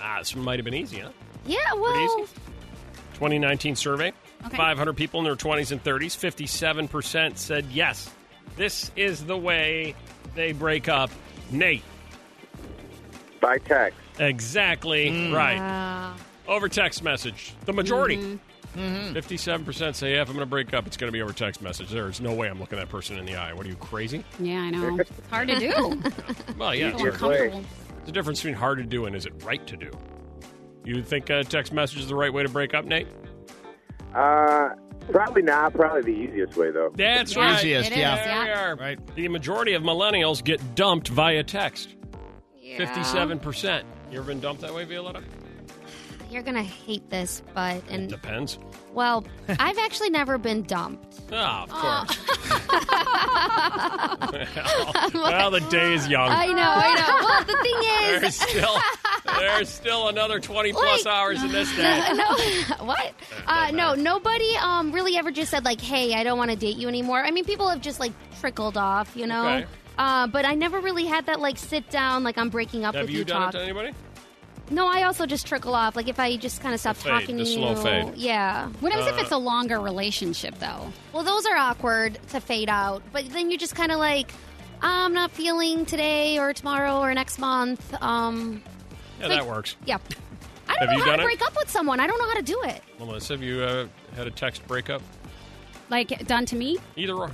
[SPEAKER 1] Ah, this one might have been easy, huh?
[SPEAKER 3] Yeah,
[SPEAKER 1] Pretty
[SPEAKER 3] well,
[SPEAKER 1] easy. 2019 survey.
[SPEAKER 5] Okay.
[SPEAKER 1] 500 people in their 20s and 30s. 57% said yes. This is the way they break up. Nate.
[SPEAKER 7] By text.
[SPEAKER 1] Exactly right. Over text message. The majority. 57% say, yeah, if I'm going to break up, it's going to be over text message. There's no way I'm looking that person in the eye. What are you, crazy?
[SPEAKER 5] Yeah, I know. It's hard to do.
[SPEAKER 1] Well, yeah.
[SPEAKER 5] People are
[SPEAKER 1] sure.
[SPEAKER 5] comfortable.
[SPEAKER 1] The difference between hard to do and is it right to do? You think uh, text message is the right way to break up, Nate?
[SPEAKER 7] Uh, probably not. Probably the easiest way, though.
[SPEAKER 1] That's
[SPEAKER 5] Yeah,
[SPEAKER 1] right.
[SPEAKER 4] Easiest,
[SPEAKER 5] it is,
[SPEAKER 4] yeah.
[SPEAKER 1] There we are.
[SPEAKER 4] Right.
[SPEAKER 1] The majority of millennials get dumped via text.
[SPEAKER 3] yeah.
[SPEAKER 1] Fifty-seven percent. You ever been dumped that way, Violetta?
[SPEAKER 3] You're gonna hate this, but and
[SPEAKER 1] Depends.
[SPEAKER 3] well, I've actually never been dumped.
[SPEAKER 1] Ah, of course.
[SPEAKER 5] Ah.
[SPEAKER 1] well, well, the day is young.
[SPEAKER 3] I know, I know. Well, the thing is,
[SPEAKER 1] there's still there's still another twenty plus
[SPEAKER 3] Like-
[SPEAKER 1] hours in this day.
[SPEAKER 3] no, what? Uh, no, nobody um, really ever just said like, "Hey, I don't want to date you anymore." I mean, people have just like trickled off, you know.
[SPEAKER 1] Okay.
[SPEAKER 3] Uh, but I never really had that like sit down, like I'm breaking up
[SPEAKER 1] Have
[SPEAKER 3] with
[SPEAKER 1] you
[SPEAKER 3] you
[SPEAKER 1] done
[SPEAKER 3] talk.
[SPEAKER 1] it to anybody?
[SPEAKER 3] No, I also just trickle off. Like if I just kind of stop
[SPEAKER 1] The fade,
[SPEAKER 3] talking
[SPEAKER 1] the
[SPEAKER 3] to you,
[SPEAKER 1] slow fade.
[SPEAKER 3] yeah.
[SPEAKER 5] What happens
[SPEAKER 1] Uh,
[SPEAKER 5] if it's a longer relationship, though?
[SPEAKER 3] Well, those are awkward to fade out, but then you're just kind of like, I'm not feeling today or tomorrow or next month. Um,
[SPEAKER 1] Yeah,
[SPEAKER 3] Like-
[SPEAKER 1] that works.
[SPEAKER 3] yeah. I don't
[SPEAKER 1] Have
[SPEAKER 3] know
[SPEAKER 1] you
[SPEAKER 3] how
[SPEAKER 1] done
[SPEAKER 3] to
[SPEAKER 1] it?
[SPEAKER 3] break up with someone. I don't know how to do it.
[SPEAKER 1] Melissa, have you uh, had a text breakup?
[SPEAKER 5] Like, done to me?
[SPEAKER 1] Either or.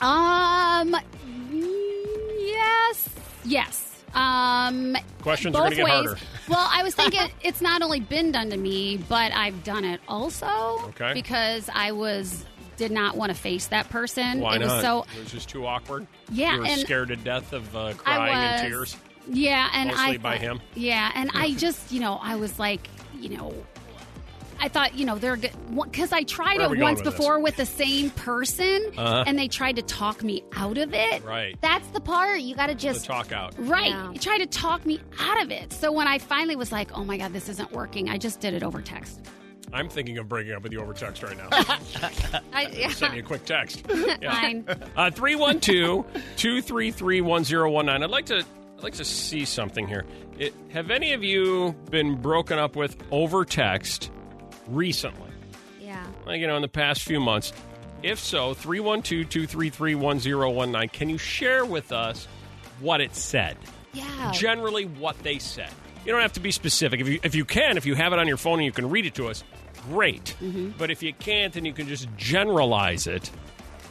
[SPEAKER 5] Um, mm, yes. Yes. Um,
[SPEAKER 1] Questions
[SPEAKER 5] both
[SPEAKER 1] are going to get
[SPEAKER 5] ways.
[SPEAKER 1] harder.
[SPEAKER 5] Well, I was thinking it's not only been done to me, but I've done it also.
[SPEAKER 1] Okay.
[SPEAKER 5] Because I was did not want to face that person.
[SPEAKER 1] Why
[SPEAKER 5] it
[SPEAKER 1] not?
[SPEAKER 5] was so
[SPEAKER 1] it was just too awkward.
[SPEAKER 5] Yeah,
[SPEAKER 1] you were
[SPEAKER 5] and-
[SPEAKER 1] scared to death of uh, crying and
[SPEAKER 5] was.
[SPEAKER 1] tears.
[SPEAKER 5] Yeah, and
[SPEAKER 1] Mostly
[SPEAKER 5] I
[SPEAKER 1] by him.
[SPEAKER 5] Yeah, and I just you know I was like you know. I thought, you know, they're because I tried
[SPEAKER 1] Where are we
[SPEAKER 5] it
[SPEAKER 1] going
[SPEAKER 5] once
[SPEAKER 1] with this?
[SPEAKER 5] before with the same person,
[SPEAKER 1] Uh-huh.
[SPEAKER 5] and they tried to talk me out of it.
[SPEAKER 1] Right.
[SPEAKER 3] That's the part. You got to
[SPEAKER 1] The
[SPEAKER 3] just.
[SPEAKER 1] talk out.
[SPEAKER 5] Right.
[SPEAKER 3] Yeah.
[SPEAKER 5] He tried to talk me out of it. So when I finally was like, oh my God, this isn't working, I just did it over text.
[SPEAKER 1] I'm thinking of breaking up with you over text right now.
[SPEAKER 3] I, yeah.
[SPEAKER 1] Send me a quick text.
[SPEAKER 5] Fine.
[SPEAKER 1] Uh, 312 233 1019. I'd like to. I'd like to see something here. It, have any of you been broken up with over text recently?
[SPEAKER 3] yeah.
[SPEAKER 1] Like, you know, in the past few months? If so, 312 233 1019. Can you share with us what it said?
[SPEAKER 3] Yeah.
[SPEAKER 1] generally what they said. You don't have to be specific. If you, if you can, if you have it on your phone and you can read it to us, great. But if you can't and you can just generalize it,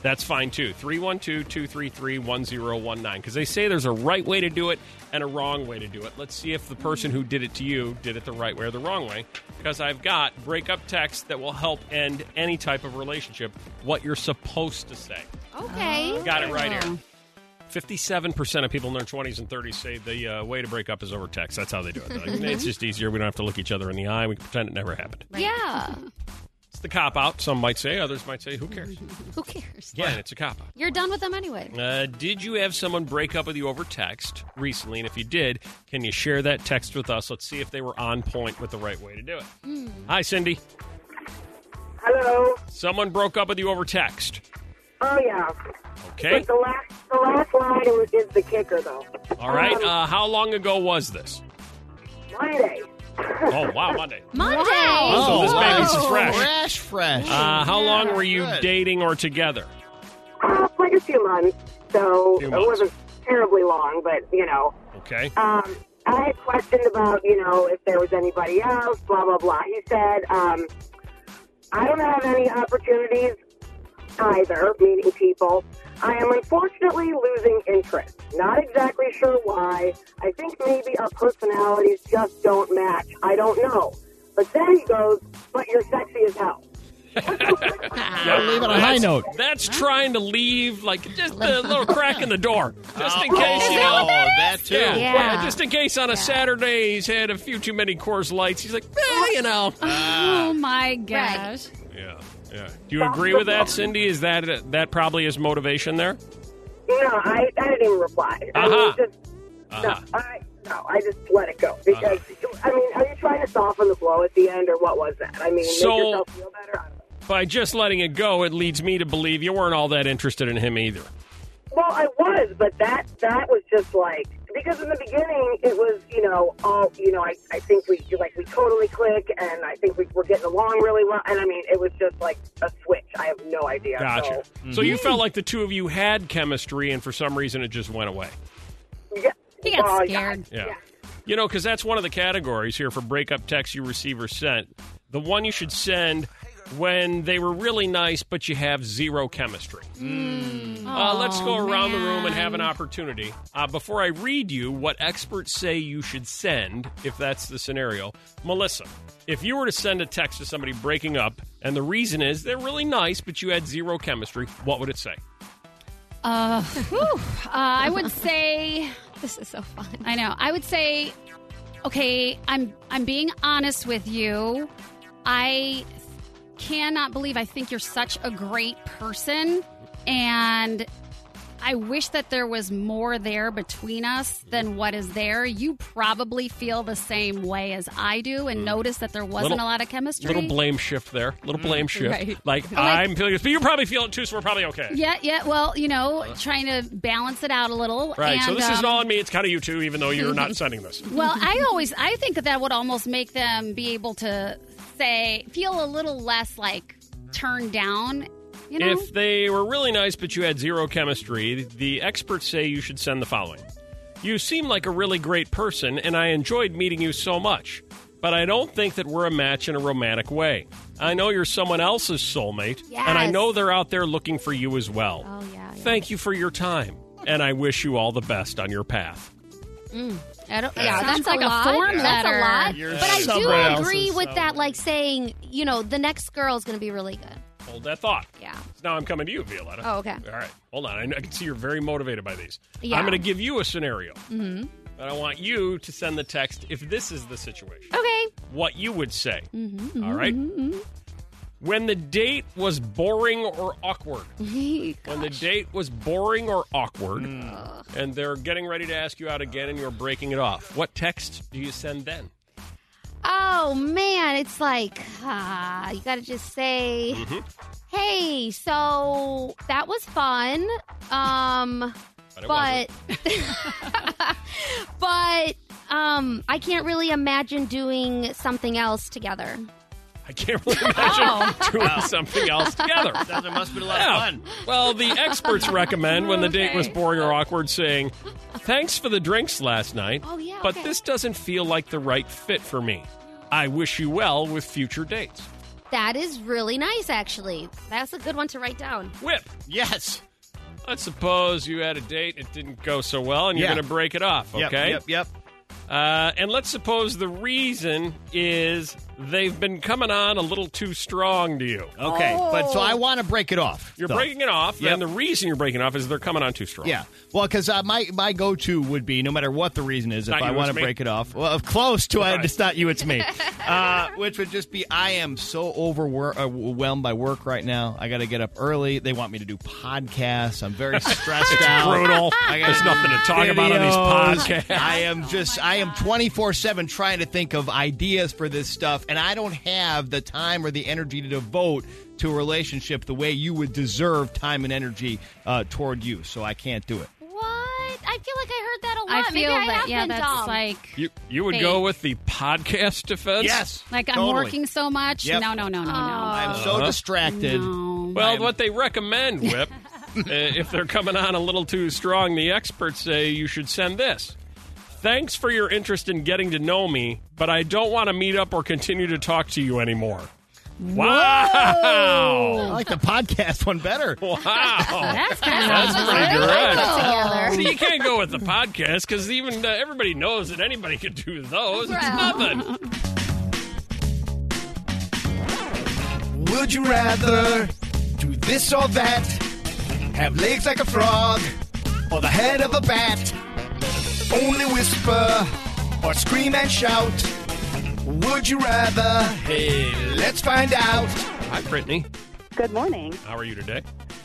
[SPEAKER 1] that's fine too. 312 233 1019. Because they say there's a right way to do it and a wrong way to do it. Let's see if the person who did it to you did it the right way or the wrong way. Because I've got breakup text that will help end any type of relationship, what you're supposed to say.
[SPEAKER 3] okay.
[SPEAKER 1] Got it right here. Fifty-seven percent of people in their twenties and thirties say the uh, way to break up is over text. That's how they do it. They're like, it's just easier. We don't have to look each other in the eye. We can pretend it never happened.
[SPEAKER 3] Yeah.
[SPEAKER 1] It's the cop out. Some might say. Others might say, "Who cares?"
[SPEAKER 3] Who cares?
[SPEAKER 1] Yeah, it's a cop out.
[SPEAKER 3] You're done with them anyway.
[SPEAKER 1] Uh, did you have someone break up with you over text recently? And if you did, can you share that text with us? Let's see if they were on point with the right way to do it. Hi, Cindy.
[SPEAKER 9] Hello.
[SPEAKER 1] Someone broke up with you over text.
[SPEAKER 9] Oh yeah.
[SPEAKER 1] Okay.
[SPEAKER 9] The last the last line is, is the kicker though.
[SPEAKER 1] All right. Uh, how long ago was this?
[SPEAKER 9] Friday.
[SPEAKER 1] Oh wow, Monday.
[SPEAKER 3] Monday.
[SPEAKER 4] Oh,
[SPEAKER 3] Oh,
[SPEAKER 1] So this baby's
[SPEAKER 4] whoa.
[SPEAKER 1] fresh.
[SPEAKER 4] Fresh, Ah. fresh.
[SPEAKER 1] Uh, how long were you
[SPEAKER 4] good.
[SPEAKER 1] dating or together?
[SPEAKER 9] Uh, like a few months. So
[SPEAKER 1] Few
[SPEAKER 9] it
[SPEAKER 1] months.
[SPEAKER 9] wasn't terribly long, but you know,
[SPEAKER 1] Okay.
[SPEAKER 9] um, I had questioned about, you know, if there was anybody else, blah, blah, blah. He said, um, I don't have any opportunities either, meeting people. I am unfortunately losing interest. Not exactly sure why. I think maybe our personalities just don't match. I don't know. But then he goes, but you're sexy as hell.
[SPEAKER 4] leave it on a
[SPEAKER 1] That's-
[SPEAKER 4] high note.
[SPEAKER 1] That's trying to leave like just a little crack in the door, just in case you
[SPEAKER 4] oh,
[SPEAKER 1] know.
[SPEAKER 4] that too.
[SPEAKER 1] Yeah.
[SPEAKER 3] Yeah.
[SPEAKER 1] yeah, just in case on a Saturday he's had a few too many Coors Lights. He's like, eh, you know. Ah.
[SPEAKER 5] oh my gosh.
[SPEAKER 1] Yeah, yeah. Do you agree with that, Cindy? Is that that probably is motivation there?
[SPEAKER 9] No, I, I didn't even reply. I
[SPEAKER 1] Uh-huh.
[SPEAKER 9] mean, just,
[SPEAKER 1] Uh-huh.
[SPEAKER 9] no, I, no, I just let it go. Because, I mean, are you trying to soften the blow at the end, or what was that? I mean,
[SPEAKER 1] So-
[SPEAKER 9] make yourself feel better? I don't know.
[SPEAKER 1] By just letting it go, it leads me to believe you weren't all that interested in him either.
[SPEAKER 9] Well, I was, but that that was just like because in the beginning it was you know all you know I, I think we like we totally click and I think we, we're getting along really well and I mean it was just like a switch. I have no idea.
[SPEAKER 1] Gotcha. So you felt like the two of you had chemistry, and for some reason it just went away.
[SPEAKER 9] So, yeah,
[SPEAKER 5] He got
[SPEAKER 6] Oh,
[SPEAKER 9] well, yeah.
[SPEAKER 5] scared.
[SPEAKER 1] Yeah. You know, because that's one of the categories here for breakup text you receive or sent. The one you should send when they were really nice, but you have zero chemistry. Uh, let's go
[SPEAKER 5] Oh,
[SPEAKER 1] around the room and have an
[SPEAKER 5] man.
[SPEAKER 1] opportunity. Uh, before I read you what experts say you should send, if that's the scenario, Melissa, if you were to send a text to somebody breaking up and the reason is they're really nice, but you had zero chemistry, what would it say?
[SPEAKER 5] Uh, whew. uh, I would say
[SPEAKER 3] This is so fun.
[SPEAKER 5] I know. I would say, okay, I'm I'm being honest with you. I cannot believe I think you're such a great person, and I wish that there was more there between us than what is there. You probably feel the same way as I do, and notice that there wasn't
[SPEAKER 1] Mm. Little-
[SPEAKER 5] a lot of chemistry.
[SPEAKER 1] Little blame shift there. Little blame shift.
[SPEAKER 5] Right.
[SPEAKER 1] Like, Mm, I'm feeling this, but you probably feel it too, so we're probably okay.
[SPEAKER 5] yeah, yeah. Well, you know, trying to balance it out a little.
[SPEAKER 1] Uh. Right. so
[SPEAKER 5] and,
[SPEAKER 1] this isn't
[SPEAKER 5] um,
[SPEAKER 1] all on me. It's kind of you two, even though you're not sending this.
[SPEAKER 5] Well, I always I think that that would almost make them be able to say feel a little less like turned down. You know,
[SPEAKER 1] If they were really nice but you had zero chemistry, the experts say you should send the following. You seem like a really great person, and I enjoyed meeting you so much, but I don't think that we're a match in a romantic way. I know you're someone else's soulmate, and I
[SPEAKER 3] Yes.
[SPEAKER 1] know they're out there looking for you as well.
[SPEAKER 3] Oh, yeah, yeah.
[SPEAKER 1] Thank you for your time, and I wish you all the best on your path.
[SPEAKER 5] I don't,
[SPEAKER 3] Yeah,
[SPEAKER 5] sounds
[SPEAKER 3] that's
[SPEAKER 5] like
[SPEAKER 3] a, lot.
[SPEAKER 5] form
[SPEAKER 3] That's
[SPEAKER 5] letter.
[SPEAKER 3] a lot.
[SPEAKER 4] You're
[SPEAKER 3] but I do
[SPEAKER 4] somebody else's
[SPEAKER 3] agree with that,
[SPEAKER 4] soulmate.
[SPEAKER 3] like saying, you know, the next girl's going to be really good.
[SPEAKER 1] Hold that thought.
[SPEAKER 3] Yeah.
[SPEAKER 1] Now I'm coming to you, Violetta.
[SPEAKER 3] Oh, okay.
[SPEAKER 1] All right. Hold on. I, I can see you're very motivated by these.
[SPEAKER 3] Yeah.
[SPEAKER 1] I'm going to give you a scenario. Mm-hmm. But I want you to send the text if this is the situation,
[SPEAKER 3] Okay.
[SPEAKER 1] what you would say.
[SPEAKER 3] Mm-hmm,
[SPEAKER 1] All right? When the date was boring or awkward.
[SPEAKER 3] Oh,
[SPEAKER 1] When the date was boring or awkward,
[SPEAKER 3] Mm.
[SPEAKER 1] and they're getting ready to ask you out again and you're breaking it off, what text do you send then?
[SPEAKER 3] Oh man, it's like ah, you gotta just say, Mm-hmm. "Hey, so that was fun." Um,
[SPEAKER 1] it
[SPEAKER 3] but but um, I can't really imagine doing something else together.
[SPEAKER 1] I can't really imagine
[SPEAKER 3] Oh.
[SPEAKER 1] doing something else together.
[SPEAKER 4] Sounds like it must be a lot
[SPEAKER 1] Yeah.
[SPEAKER 4] of fun.
[SPEAKER 1] Well, the experts recommend when the date was
[SPEAKER 3] Okay.
[SPEAKER 1] boring or awkward saying, Thanks for the drinks last night,
[SPEAKER 3] Oh, yeah,
[SPEAKER 1] but
[SPEAKER 3] okay.
[SPEAKER 1] this doesn't feel like the right fit for me. I wish you well with future dates.
[SPEAKER 3] That is really nice, actually. That's a good one to write down.
[SPEAKER 1] Whip,
[SPEAKER 4] Yes.
[SPEAKER 1] let's suppose you had a date, it didn't go so well, and
[SPEAKER 4] Yeah.
[SPEAKER 1] you're going to break it off,
[SPEAKER 4] Yep,
[SPEAKER 1] okay?
[SPEAKER 4] Yep. Yep.
[SPEAKER 1] Uh, and let's suppose the reason is they've been coming on a little too strong to you.
[SPEAKER 4] Okay. But so I want to break it off.
[SPEAKER 1] You're
[SPEAKER 4] though.
[SPEAKER 1] breaking it off,
[SPEAKER 4] Oh, Yep.
[SPEAKER 1] and the reason you're breaking it off is they're coming on too strong.
[SPEAKER 4] Yeah. Well, because uh, my my go to would be no matter what the reason is, if
[SPEAKER 1] Not
[SPEAKER 4] I
[SPEAKER 1] you,
[SPEAKER 4] want to
[SPEAKER 1] it's me.
[SPEAKER 4] break it off. Well, of close to I
[SPEAKER 1] Right.
[SPEAKER 4] it's not you, it's me. uh, which would just be I am so overwhel- overwhelmed by work right now. I got to get up early. They want me to do podcasts. I'm very stressed out.
[SPEAKER 1] brutal. There's nothing to talk about on these
[SPEAKER 4] Videos.
[SPEAKER 1] podcasts.
[SPEAKER 4] I am just, I am 24 7 trying to think of ideas for this stuff, and I don't have the time or the energy to devote to a relationship the way you would deserve time and energy uh, toward you, so I can't do it.
[SPEAKER 3] What? I feel like I heard that a lot.
[SPEAKER 5] I feel
[SPEAKER 3] Maybe I
[SPEAKER 5] that
[SPEAKER 3] have
[SPEAKER 5] yeah,
[SPEAKER 3] been
[SPEAKER 5] that's
[SPEAKER 3] dumb.
[SPEAKER 5] like
[SPEAKER 1] You you would
[SPEAKER 5] Fake.
[SPEAKER 1] go with the podcast defense?
[SPEAKER 5] like I'm
[SPEAKER 4] Totally.
[SPEAKER 5] working so much.
[SPEAKER 4] Yep.
[SPEAKER 5] No, no, no, no, no.
[SPEAKER 1] Uh-huh.
[SPEAKER 4] I'm so distracted.
[SPEAKER 5] No.
[SPEAKER 3] Um,
[SPEAKER 1] Well,
[SPEAKER 4] I'm-
[SPEAKER 1] what they recommend, Whip, Uh, if they're coming on a little too strong, the experts say you should send this. Thanks for your interest in getting to know me, but I don't want to meet up or continue to talk to you anymore.
[SPEAKER 4] I
[SPEAKER 1] Wow!
[SPEAKER 4] like the podcast one better.
[SPEAKER 1] Wow!
[SPEAKER 5] That's kind of
[SPEAKER 1] That's pretty good.
[SPEAKER 3] together.
[SPEAKER 1] See, you can't go with the podcast because even uh, everybody knows that anybody could do those. It's
[SPEAKER 3] Right.
[SPEAKER 1] nothing.
[SPEAKER 2] Would you rather do this or that? Have legs like a frog or the head of a bat? Only whisper or scream and shout. Would you rather? Hey, let's find out.
[SPEAKER 1] Hi, Brittany.
[SPEAKER 9] Good morning.
[SPEAKER 1] How are you today?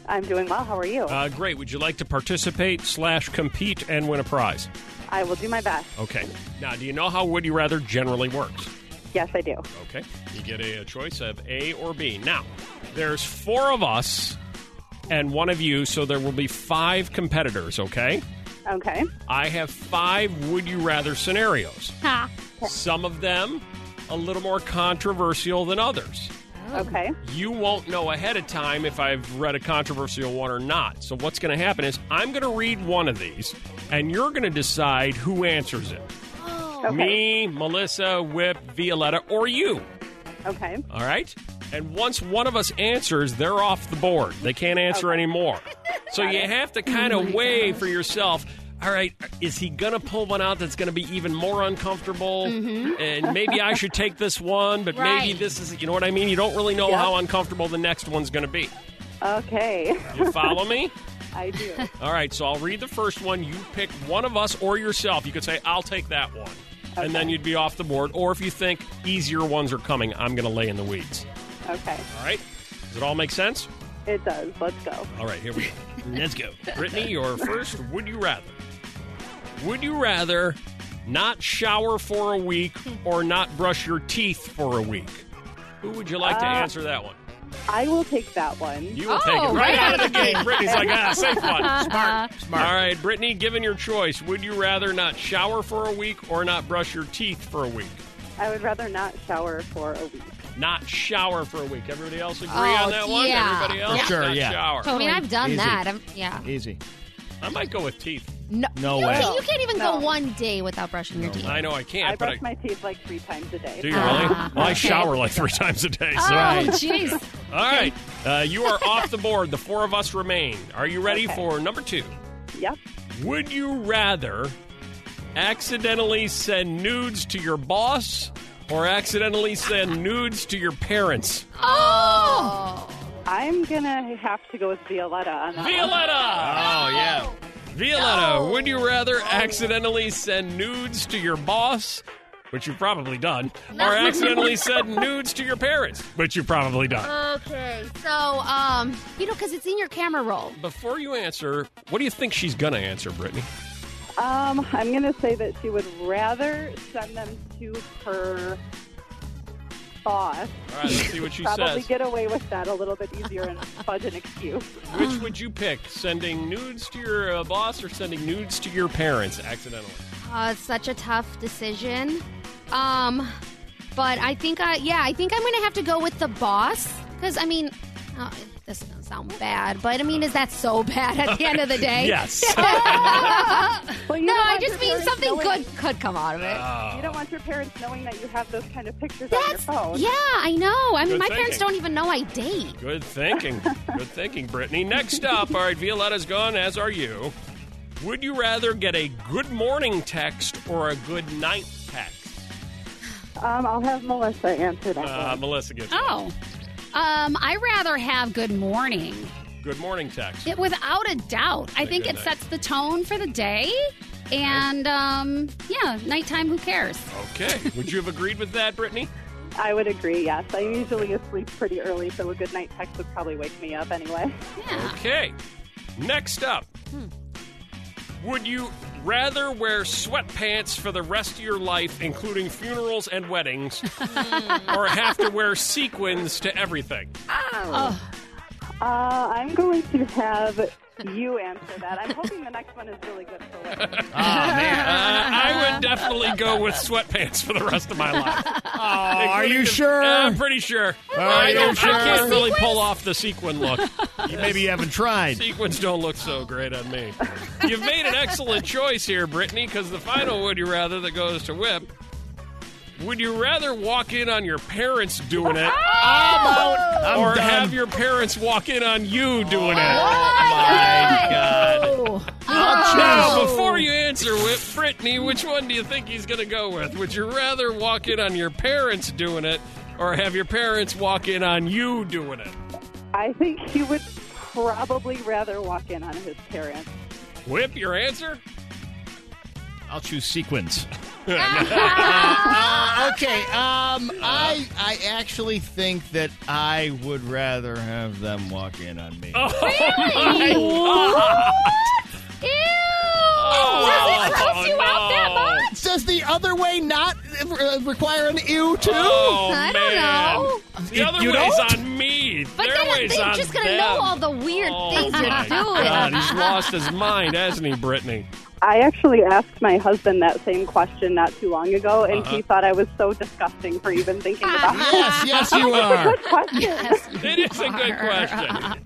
[SPEAKER 9] I'm doing well. How are you?
[SPEAKER 1] Uh, great. Would you like to participate slash compete and win a prize?
[SPEAKER 9] I will do my best.
[SPEAKER 1] Okay. Now, do you know how would you rather generally works?
[SPEAKER 9] Yes, I do.
[SPEAKER 1] Okay. You get a, a choice of A or B. Now, there's four of us and one of you, so there will be five competitors, okay?
[SPEAKER 9] Okay.
[SPEAKER 1] I have five would you rather scenarios.
[SPEAKER 3] Ha.
[SPEAKER 1] Some of them a little more controversial than others.
[SPEAKER 9] Okay.
[SPEAKER 1] You won't know ahead of time if I've read a controversial one or not. So, what's going to happen is I'm going to read one of these, and you're going to decide who answers it.
[SPEAKER 9] Okay.
[SPEAKER 1] Me, Melissa, Whip, Violetta, or you.
[SPEAKER 9] Okay.
[SPEAKER 1] All right? And once one of us answers, they're off the board. They can't answer anymore. So you have to kind of weigh for yourself. All right, is he going to pull one out that's going to be even more uncomfortable? And maybe I should take this one, but maybe
[SPEAKER 3] Right.
[SPEAKER 1] this is, you know what I mean? You don't really know how uncomfortable the next one's going to be.
[SPEAKER 9] Okay.
[SPEAKER 1] You follow me?
[SPEAKER 9] I do.
[SPEAKER 1] All right, so I'll read the first one. You pick one of us or yourself. You could say, I'll take that one. And then you'd be off the board. Or if you think easier ones are coming, I'm going to lay in the weeds.
[SPEAKER 9] Okay.
[SPEAKER 1] All right? Does it all make sense?
[SPEAKER 9] It does. Let's go.
[SPEAKER 1] All right, here we go. Let's go. Brittany, your first would you rather? Would you rather not shower for a week or not brush your teeth for a week? Who would you like to answer that one?
[SPEAKER 9] I will take that one.
[SPEAKER 1] You will
[SPEAKER 5] Oh,
[SPEAKER 1] take it right
[SPEAKER 5] right
[SPEAKER 1] out of
[SPEAKER 5] out of the
[SPEAKER 1] the gate.
[SPEAKER 5] gate.
[SPEAKER 1] Brittany's like, ah, safe one.
[SPEAKER 4] Smart, smart.
[SPEAKER 1] All right, Brittany, given your choice, would you rather not shower for a week or not brush your teeth for a week?
[SPEAKER 9] I would rather not shower for a week.
[SPEAKER 1] Not shower for a week. Everybody else agree
[SPEAKER 3] Oh,
[SPEAKER 1] on that one?
[SPEAKER 3] yeah.
[SPEAKER 1] Everybody else?
[SPEAKER 4] sure,
[SPEAKER 1] not
[SPEAKER 4] yeah.
[SPEAKER 1] Shower.
[SPEAKER 3] I mean, I've done
[SPEAKER 4] Easy.
[SPEAKER 3] that. I'm, yeah.
[SPEAKER 4] Easy.
[SPEAKER 1] I might go with teeth.
[SPEAKER 3] No,
[SPEAKER 4] No
[SPEAKER 3] you,
[SPEAKER 4] way.
[SPEAKER 3] Can't, you can't even
[SPEAKER 9] No.
[SPEAKER 3] go one day without brushing your teeth.
[SPEAKER 1] I know I can't,
[SPEAKER 9] I
[SPEAKER 1] but
[SPEAKER 9] brush my teeth like three times a day.
[SPEAKER 1] Do you really?
[SPEAKER 3] Ah,
[SPEAKER 1] well, I
[SPEAKER 3] okay.
[SPEAKER 1] shower like three times a day.
[SPEAKER 5] Oh,
[SPEAKER 1] So.
[SPEAKER 5] jeez.
[SPEAKER 1] All right. Uh, you are off the board. The four of us remain. Are you ready for number two?
[SPEAKER 9] Yep.
[SPEAKER 1] Would you rather accidentally send nudes to your boss or accidentally send nudes to your parents?
[SPEAKER 3] Oh.
[SPEAKER 9] I'm gonna have to go with Violetta on that. one.
[SPEAKER 1] Violetta!
[SPEAKER 4] Oh, yeah.
[SPEAKER 1] Violetta, would you rather accidentally send nudes to your boss? Which you've probably done, or accidentally send nudes to your parents, which you've probably done.
[SPEAKER 3] Oh, Okay. So, um, you know, because it's in your camera roll.
[SPEAKER 1] Before you answer, what do you think she's going to answer, Brittany?
[SPEAKER 9] Um, I'm gonna say that she would rather send them to her boss.
[SPEAKER 1] All right, let's see what she
[SPEAKER 9] Probably
[SPEAKER 1] says.
[SPEAKER 9] get away with that a little bit easier and fudge an excuse.
[SPEAKER 1] Which would you pick, sending nudes to your uh, boss or sending nudes to your parents accidentally?
[SPEAKER 3] Uh, it's such a tough decision. Um, but I think, I, yeah, I think I'm going to have to go with the boss because, I mean, uh, this doesn't sound bad, but I mean, is that so bad at the end of the day?
[SPEAKER 1] Yes.
[SPEAKER 9] Well, you
[SPEAKER 3] No,
[SPEAKER 9] don't
[SPEAKER 3] I
[SPEAKER 9] want
[SPEAKER 3] just
[SPEAKER 9] your
[SPEAKER 3] mean
[SPEAKER 9] parents
[SPEAKER 3] something
[SPEAKER 9] knowing-
[SPEAKER 3] good could come out of it.
[SPEAKER 1] Ah.
[SPEAKER 9] You don't want your parents knowing that you have those kind of pictures on your
[SPEAKER 3] That's
[SPEAKER 9] phone.
[SPEAKER 3] yeah, I know. I mean,
[SPEAKER 1] Good
[SPEAKER 3] my parents
[SPEAKER 1] thinking.
[SPEAKER 3] don't even know I date.
[SPEAKER 1] Good thinking. Good thinking, Brittany. Next up, all right, Violetta's gone, as are you. Would you rather get a good morning text or a good night text?
[SPEAKER 9] Um, I'll have Melissa answer that.
[SPEAKER 1] Uh,
[SPEAKER 9] one.
[SPEAKER 1] Melissa gets it.
[SPEAKER 5] Oh. Um, I rather have good morning.
[SPEAKER 1] Good morning text.
[SPEAKER 5] It, without a doubt. I think
[SPEAKER 1] good
[SPEAKER 5] it
[SPEAKER 1] night.
[SPEAKER 5] sets the tone for the day. And um, yeah, nighttime, who cares?
[SPEAKER 1] Okay. Would you have agreed with that, Brittany?
[SPEAKER 9] I would agree. Yes, I usually sleep pretty early, so a good night text would probably wake me up anyway.
[SPEAKER 5] Yeah.
[SPEAKER 1] Okay. Next up, would you rather wear sweatpants for the rest of your life, including funerals and weddings, or have to wear sequins to everything?
[SPEAKER 9] Uh, I'm going to have you answer that. I'm hoping the next one is really good for women.
[SPEAKER 1] Uh, I would definitely go with sweatpants for the rest of my life.
[SPEAKER 4] are you
[SPEAKER 1] Including the-
[SPEAKER 4] sure?
[SPEAKER 1] I'm pretty sure. I,
[SPEAKER 4] you
[SPEAKER 1] don't- I
[SPEAKER 4] sure?
[SPEAKER 1] can't really pull off the sequin look.
[SPEAKER 4] You maybe you haven't tried.
[SPEAKER 1] Sequins don't look so great on me. You've made an excellent choice here, Brittany, because the final would you rather that goes to Whip. Would you rather walk in on your parents doing it,
[SPEAKER 4] Oh! I'm
[SPEAKER 1] or
[SPEAKER 4] done. Oh!
[SPEAKER 1] have your parents walk in on you doing it?
[SPEAKER 4] my God. Oh,
[SPEAKER 1] Now, before you answer, Whip, Brittany, which one do you think he's going to go with? Would you rather walk in on your parents doing it, or have your parents walk in on you doing it?
[SPEAKER 10] I think he would probably rather walk in on his parents.
[SPEAKER 1] Whip, your answer?
[SPEAKER 4] I'll choose sequins. Uh, okay, um, I I actually think that I would rather have them walk in on me.
[SPEAKER 5] Oh. Ew!
[SPEAKER 1] Oh,
[SPEAKER 5] Does it gross you out that
[SPEAKER 1] no.
[SPEAKER 5] much?
[SPEAKER 4] Does the other way not uh, require an ew too?
[SPEAKER 1] Oh,
[SPEAKER 3] I don't
[SPEAKER 1] man.
[SPEAKER 3] know.
[SPEAKER 1] The other
[SPEAKER 4] you
[SPEAKER 1] way's
[SPEAKER 4] don't?
[SPEAKER 1] on me.
[SPEAKER 3] But
[SPEAKER 1] Their
[SPEAKER 3] then
[SPEAKER 1] way's
[SPEAKER 3] they're
[SPEAKER 1] on
[SPEAKER 3] just gonna
[SPEAKER 1] them.
[SPEAKER 3] know all the weird
[SPEAKER 1] Oh,
[SPEAKER 3] things
[SPEAKER 1] my
[SPEAKER 3] you're
[SPEAKER 1] God,
[SPEAKER 3] doing.
[SPEAKER 1] he's lost his mind, hasn't he, Brittany?
[SPEAKER 10] I actually asked my husband that same question not too long ago, and he thought I was so disgusting for even thinking
[SPEAKER 3] Ah.
[SPEAKER 10] about it.
[SPEAKER 4] Yes, yes, you are.
[SPEAKER 3] Yes, you
[SPEAKER 1] It is a good
[SPEAKER 3] are.
[SPEAKER 1] question.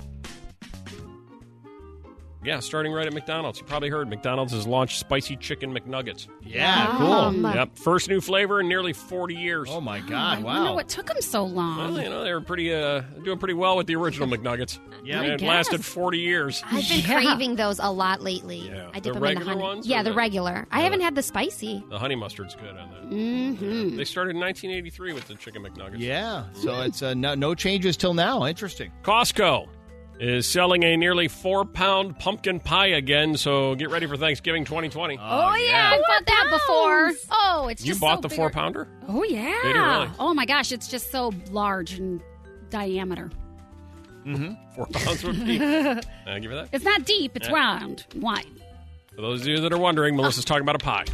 [SPEAKER 1] Yeah, starting right at McDonald's. You probably heard McDonald's has launched spicy chicken McNuggets.
[SPEAKER 4] Yeah,
[SPEAKER 3] Um,
[SPEAKER 4] cool.
[SPEAKER 1] Yep, first new flavor in nearly 40 years.
[SPEAKER 4] Oh my
[SPEAKER 1] Ah,
[SPEAKER 4] God!
[SPEAKER 5] I wonder
[SPEAKER 4] Wow.
[SPEAKER 5] what took him so
[SPEAKER 1] Well,
[SPEAKER 5] long.
[SPEAKER 1] you know they were pretty uh, doing pretty well with the original McNuggets.
[SPEAKER 4] Yeah.
[SPEAKER 1] and it
[SPEAKER 5] I
[SPEAKER 1] lasted
[SPEAKER 5] guess.
[SPEAKER 1] 40 years.
[SPEAKER 3] I've been craving those a lot lately.
[SPEAKER 1] Yeah.
[SPEAKER 3] I dip
[SPEAKER 1] The
[SPEAKER 3] them in the
[SPEAKER 1] regular
[SPEAKER 3] honey.
[SPEAKER 1] ones or
[SPEAKER 3] yeah, the
[SPEAKER 1] the-
[SPEAKER 3] regular. I haven't had the spicy.
[SPEAKER 1] The honey mustard's good on that.
[SPEAKER 5] Mm-hmm.
[SPEAKER 1] They started in 1983 with the chicken McNuggets.
[SPEAKER 4] Yeah. So it's uh, no, no changes till now. Interesting.
[SPEAKER 1] Costco is selling a nearly four pound pumpkin pie again, so get ready for Thanksgiving 2020.
[SPEAKER 5] Oh, yeah, I bought that before. Oh, it's
[SPEAKER 1] you
[SPEAKER 5] just
[SPEAKER 1] bought
[SPEAKER 5] so
[SPEAKER 1] the
[SPEAKER 5] bigger-
[SPEAKER 1] four pounder?
[SPEAKER 5] Oh yeah.
[SPEAKER 1] Did you really?
[SPEAKER 5] Oh my gosh, it's just so large in diameter.
[SPEAKER 1] Four pounds would be. I give you that.
[SPEAKER 5] It's not deep. It's round. Why?
[SPEAKER 1] For those of you that are wondering, Melissa's talking about a pie.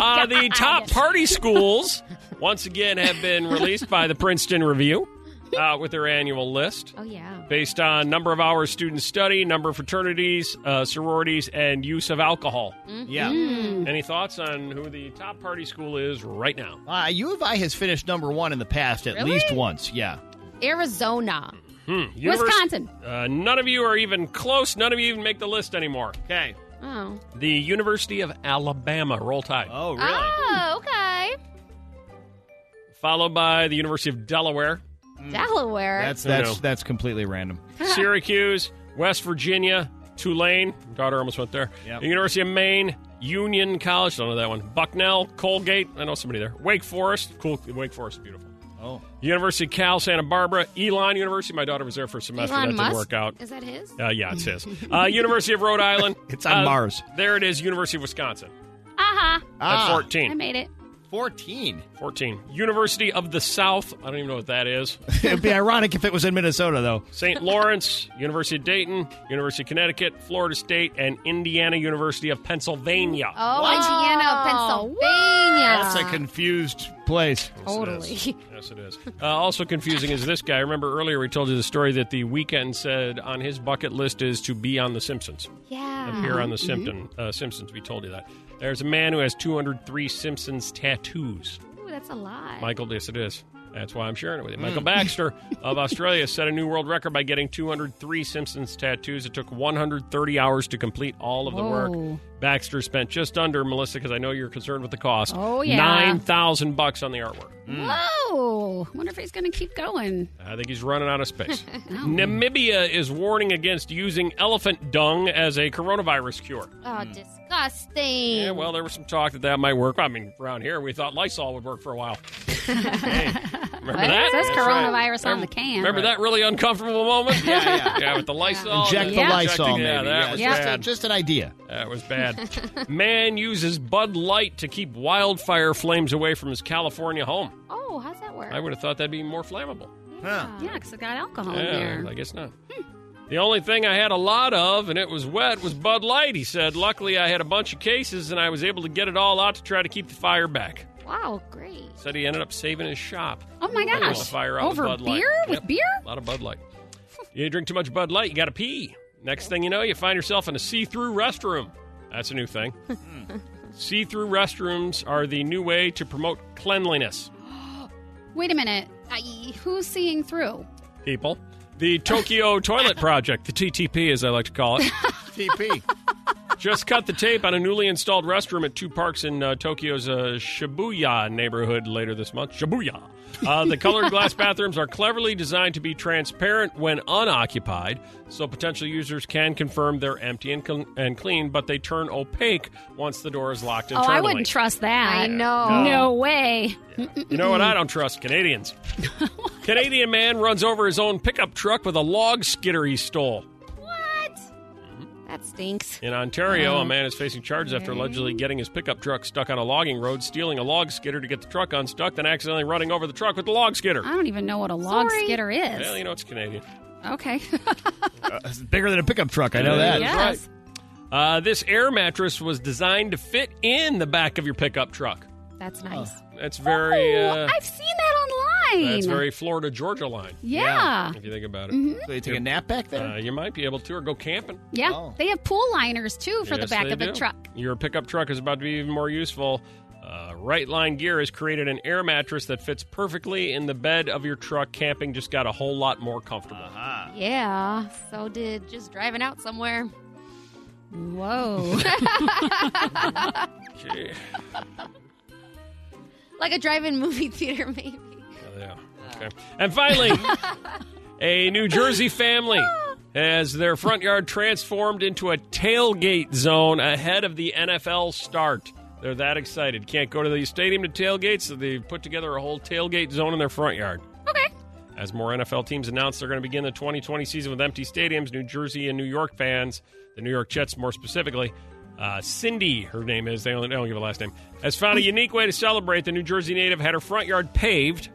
[SPEAKER 1] uh, the top party schools, once again, have been released by the Princeton Review uh, with their annual list.
[SPEAKER 3] Oh yeah.
[SPEAKER 1] based on number of hours students study, number of fraternities, uh, sororities, and use of alcohol.
[SPEAKER 5] Mm-hmm.
[SPEAKER 4] Yeah.
[SPEAKER 1] Any thoughts on who the top party school is right now?
[SPEAKER 4] Uh, U of I has finished number one in the past at
[SPEAKER 5] Really?
[SPEAKER 4] least once. Yeah.
[SPEAKER 3] Arizona.
[SPEAKER 1] Hmm. Univers-
[SPEAKER 5] Wisconsin.
[SPEAKER 1] Uh, none of you are even close. None of you even make the list anymore.
[SPEAKER 4] Okay.
[SPEAKER 3] Oh.
[SPEAKER 1] The University of Alabama, roll tide,
[SPEAKER 4] Oh, really?
[SPEAKER 5] Ah.
[SPEAKER 3] Oh, okay.
[SPEAKER 1] followed by the University of Delaware,
[SPEAKER 3] Delaware.
[SPEAKER 4] That's
[SPEAKER 1] I
[SPEAKER 4] that's
[SPEAKER 1] know.
[SPEAKER 4] that's completely random.
[SPEAKER 1] Syracuse, West Virginia, Tulane. Daughter almost went there.
[SPEAKER 4] Yep.
[SPEAKER 1] The University of Maine, Union College. Don't know that one. Bucknell, Colgate. I know somebody there. Wake Forest. Cool. Wake Forest, is beautiful.
[SPEAKER 4] Oh.
[SPEAKER 1] University of Cal, Santa Barbara, Elon University. My daughter was there for a semester.
[SPEAKER 3] Elon
[SPEAKER 1] that
[SPEAKER 3] Musk.
[SPEAKER 1] didn't work out.
[SPEAKER 3] Is that his?
[SPEAKER 1] Uh, yeah, it's his. Uh, University of Rhode Island.
[SPEAKER 4] It's on
[SPEAKER 1] Uh,
[SPEAKER 4] Mars.
[SPEAKER 1] There it is, University of Wisconsin.
[SPEAKER 5] Aha!
[SPEAKER 1] At
[SPEAKER 4] Ah.
[SPEAKER 1] 14.
[SPEAKER 5] I made it.
[SPEAKER 4] 14.
[SPEAKER 1] 14. University of the South. I don't even know what that is.
[SPEAKER 4] It'd be ironic if it was in Minnesota, though.
[SPEAKER 1] St. Lawrence, University of Dayton, University of Connecticut, Florida State, and Indiana University of Pennsylvania.
[SPEAKER 3] Oh, Indiana, Pennsylvania.
[SPEAKER 4] That's a confused place.
[SPEAKER 1] It
[SPEAKER 3] totally.
[SPEAKER 1] is. Yes, it is. Uh, also confusing is this guy. Remember earlier we told you the story that the weekend said on his bucket list is to be on The Simpsons.
[SPEAKER 3] Yeah.
[SPEAKER 1] appear on the Simpson, uh, Simpsons. We told you that. There's a man who has 203 Simpsons tattoos.
[SPEAKER 3] Ooh, that's a lot.
[SPEAKER 1] Michael, yes, it is. That's why I'm sharing it
[SPEAKER 5] Hmm.
[SPEAKER 1] with you. Michael Baxter of Australia set a new world record by getting 203 Simpsons tattoos. It took 130 hours to complete all of the
[SPEAKER 5] Whoa.
[SPEAKER 1] work. Baxter spent just under Melissa, because I know you're concerned with the cost.
[SPEAKER 5] Oh, yeah.
[SPEAKER 1] nine thousand bucks on the artwork.
[SPEAKER 5] Whoa! Wonder if he's going to keep going.
[SPEAKER 1] I think he's running out of space.
[SPEAKER 5] Oh.
[SPEAKER 1] Namibia is warning against using elephant dung as a coronavirus cure.
[SPEAKER 3] Oh, disgusting.
[SPEAKER 1] Yeah, well, there was some talk that that might work. I mean, around here, we thought Lysol would work for a while. Hey, remember
[SPEAKER 5] Well,
[SPEAKER 1] that?
[SPEAKER 5] It says
[SPEAKER 1] That's
[SPEAKER 5] coronavirus
[SPEAKER 1] right.
[SPEAKER 5] on the can.
[SPEAKER 1] Remember that really uncomfortable moment?
[SPEAKER 4] Yeah, yeah.
[SPEAKER 1] with the Lysol.
[SPEAKER 4] Inject
[SPEAKER 5] Yeah.
[SPEAKER 4] the Lysol,
[SPEAKER 1] Injecting- Yeah,
[SPEAKER 4] maybe.
[SPEAKER 1] that
[SPEAKER 4] Yeah,
[SPEAKER 1] was
[SPEAKER 4] just,
[SPEAKER 1] bad.
[SPEAKER 4] just an idea.
[SPEAKER 1] That was bad. Man uses Bud Light to keep wildfire flames away from his California home.
[SPEAKER 3] Oh, how's that work?
[SPEAKER 1] I would have thought that'd be more flammable.
[SPEAKER 5] Yeah, because it got
[SPEAKER 4] Oh,
[SPEAKER 5] alcohol
[SPEAKER 1] Yeah,
[SPEAKER 5] in
[SPEAKER 1] I
[SPEAKER 5] there.
[SPEAKER 1] guess not.
[SPEAKER 4] Hmm.
[SPEAKER 1] The only thing I had a lot of, and it was wet, was Bud Light. He said, "Luckily, I had a bunch of cases, and I was able to get it all out to try to keep the fire back."
[SPEAKER 3] Wow, great.
[SPEAKER 1] Said he ended up saving his shop.
[SPEAKER 5] Oh my
[SPEAKER 1] That was
[SPEAKER 5] gosh!
[SPEAKER 1] a Fire out with
[SPEAKER 5] Over
[SPEAKER 1] Bud Light.
[SPEAKER 5] beer with
[SPEAKER 1] Yep.
[SPEAKER 5] beer?
[SPEAKER 1] A lot of Bud Light. You drink too much Bud Light, you got to pee. Next thing you know, you find yourself in a see-through restroom. That's a new thing.
[SPEAKER 5] Hmm.
[SPEAKER 1] see-through restrooms are the new way to promote cleanliness.
[SPEAKER 5] Wait a minute.
[SPEAKER 3] I,
[SPEAKER 5] Who's seeing through?
[SPEAKER 1] People, The Tokyo Toilet Project, the TTP as I like to call it.
[SPEAKER 4] TP.
[SPEAKER 1] Just cut the tape on a newly installed restroom at two parks in uh, Tokyo's uh, Shibuya neighborhood later this month. Shibuya. Uh, the colored glass bathrooms are cleverly designed to be transparent when unoccupied, so potential users can confirm they're empty and, con- and clean, but they turn opaque once the door is locked
[SPEAKER 5] Oh,
[SPEAKER 1] internally.
[SPEAKER 5] I wouldn't trust that.
[SPEAKER 3] I
[SPEAKER 5] No,
[SPEAKER 3] know.
[SPEAKER 5] way.
[SPEAKER 1] You know what? I don't trust Canadians. Canadian man runs over his own pickup truck with a log skidder he stole.
[SPEAKER 3] That stinks.
[SPEAKER 1] In Ontario,
[SPEAKER 5] Uh-huh.
[SPEAKER 1] a man is facing charges after allegedly getting his pickup truck stuck on a logging road, stealing a log skidder to get the truck unstuck, then accidentally running over the truck with the log skidder.
[SPEAKER 5] I don't even know what a log
[SPEAKER 3] Sorry.
[SPEAKER 5] skidder is.
[SPEAKER 1] Well, you know it's Canadian.
[SPEAKER 5] Okay.
[SPEAKER 4] It's bigger than a pickup truck. I know
[SPEAKER 1] Yeah.
[SPEAKER 4] that.
[SPEAKER 1] That's
[SPEAKER 5] yes.
[SPEAKER 1] Uh, this air mattress was designed to fit in the back of your pickup truck.
[SPEAKER 3] That's nice.
[SPEAKER 1] That's very.
[SPEAKER 5] Oh. Ooh,
[SPEAKER 1] uh,
[SPEAKER 5] Oh, I've seen that online.
[SPEAKER 1] that's very Florida Georgia line.
[SPEAKER 5] Yeah. Mm-hmm.
[SPEAKER 1] If you think about it,
[SPEAKER 4] So you take a nap back there.
[SPEAKER 1] uh, you might be able to, or go camping.
[SPEAKER 5] Yeah.
[SPEAKER 4] Oh.
[SPEAKER 5] They have pool liners too for the
[SPEAKER 1] Yes,
[SPEAKER 5] back
[SPEAKER 1] they
[SPEAKER 5] of the
[SPEAKER 1] do.
[SPEAKER 5] truck.
[SPEAKER 1] Your pickup truck is about to be even more useful. Uh, right Line Gear has created an air mattress that fits perfectly in the bed of your truck. Camping just got a whole lot more comfortable.
[SPEAKER 3] Yeah. So did just driving out somewhere.
[SPEAKER 5] Whoa.
[SPEAKER 1] Gee.
[SPEAKER 3] Like a drive in movie theater, maybe.
[SPEAKER 1] Oh, Yeah. Okay. And finally, a New Jersey family has their front yard transformed into a tailgate zone ahead of the NFL start. They're that excited. Can't go to the stadium to tailgate, so they put together a whole tailgate zone in their front yard.
[SPEAKER 5] Okay.
[SPEAKER 1] As more NFL teams announce they're going to begin the 2020 season with empty stadiums, New Jersey and New York fans, the New York Jets more specifically, uh, Cindy, her name is, they only they don't give a last name, has found a unique way to celebrate. The New Jersey native had her front yard paved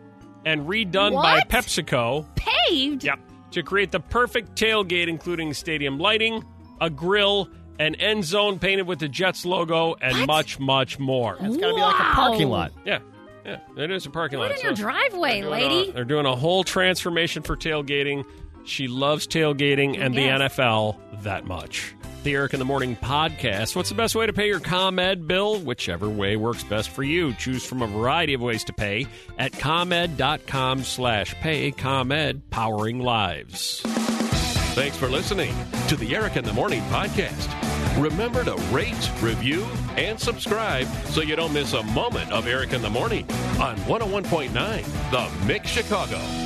[SPEAKER 1] and redone
[SPEAKER 5] What?
[SPEAKER 1] by PepsiCo.
[SPEAKER 5] Paved.
[SPEAKER 1] Yep. To create the perfect tailgate, including stadium lighting, a grill, an end zone painted with the Jets logo, and much, much more.
[SPEAKER 4] It's got to be like a parking
[SPEAKER 5] Wow.
[SPEAKER 4] lot.
[SPEAKER 1] Yeah. Yeah. It is a parking
[SPEAKER 5] Put
[SPEAKER 1] lot.
[SPEAKER 5] it in your
[SPEAKER 1] so-
[SPEAKER 5] driveway,
[SPEAKER 1] they're doing
[SPEAKER 5] lady.
[SPEAKER 1] A, they're doing a whole transformation for tailgating. She loves tailgating and
[SPEAKER 5] Yes.
[SPEAKER 1] the NFL that much. The Eric in the Morning podcast. What's the best way to pay your ComEd bill? Whichever way works best for you. Choose from a variety of ways to pay at ComEd.com slash pay. ComEd powering lives.
[SPEAKER 11] Thanks for listening to the Eric in the Morning podcast. Remember to rate, review, and subscribe so oh you don't miss a moment of Eric in the Morning on 101.9 The Mix Chicago.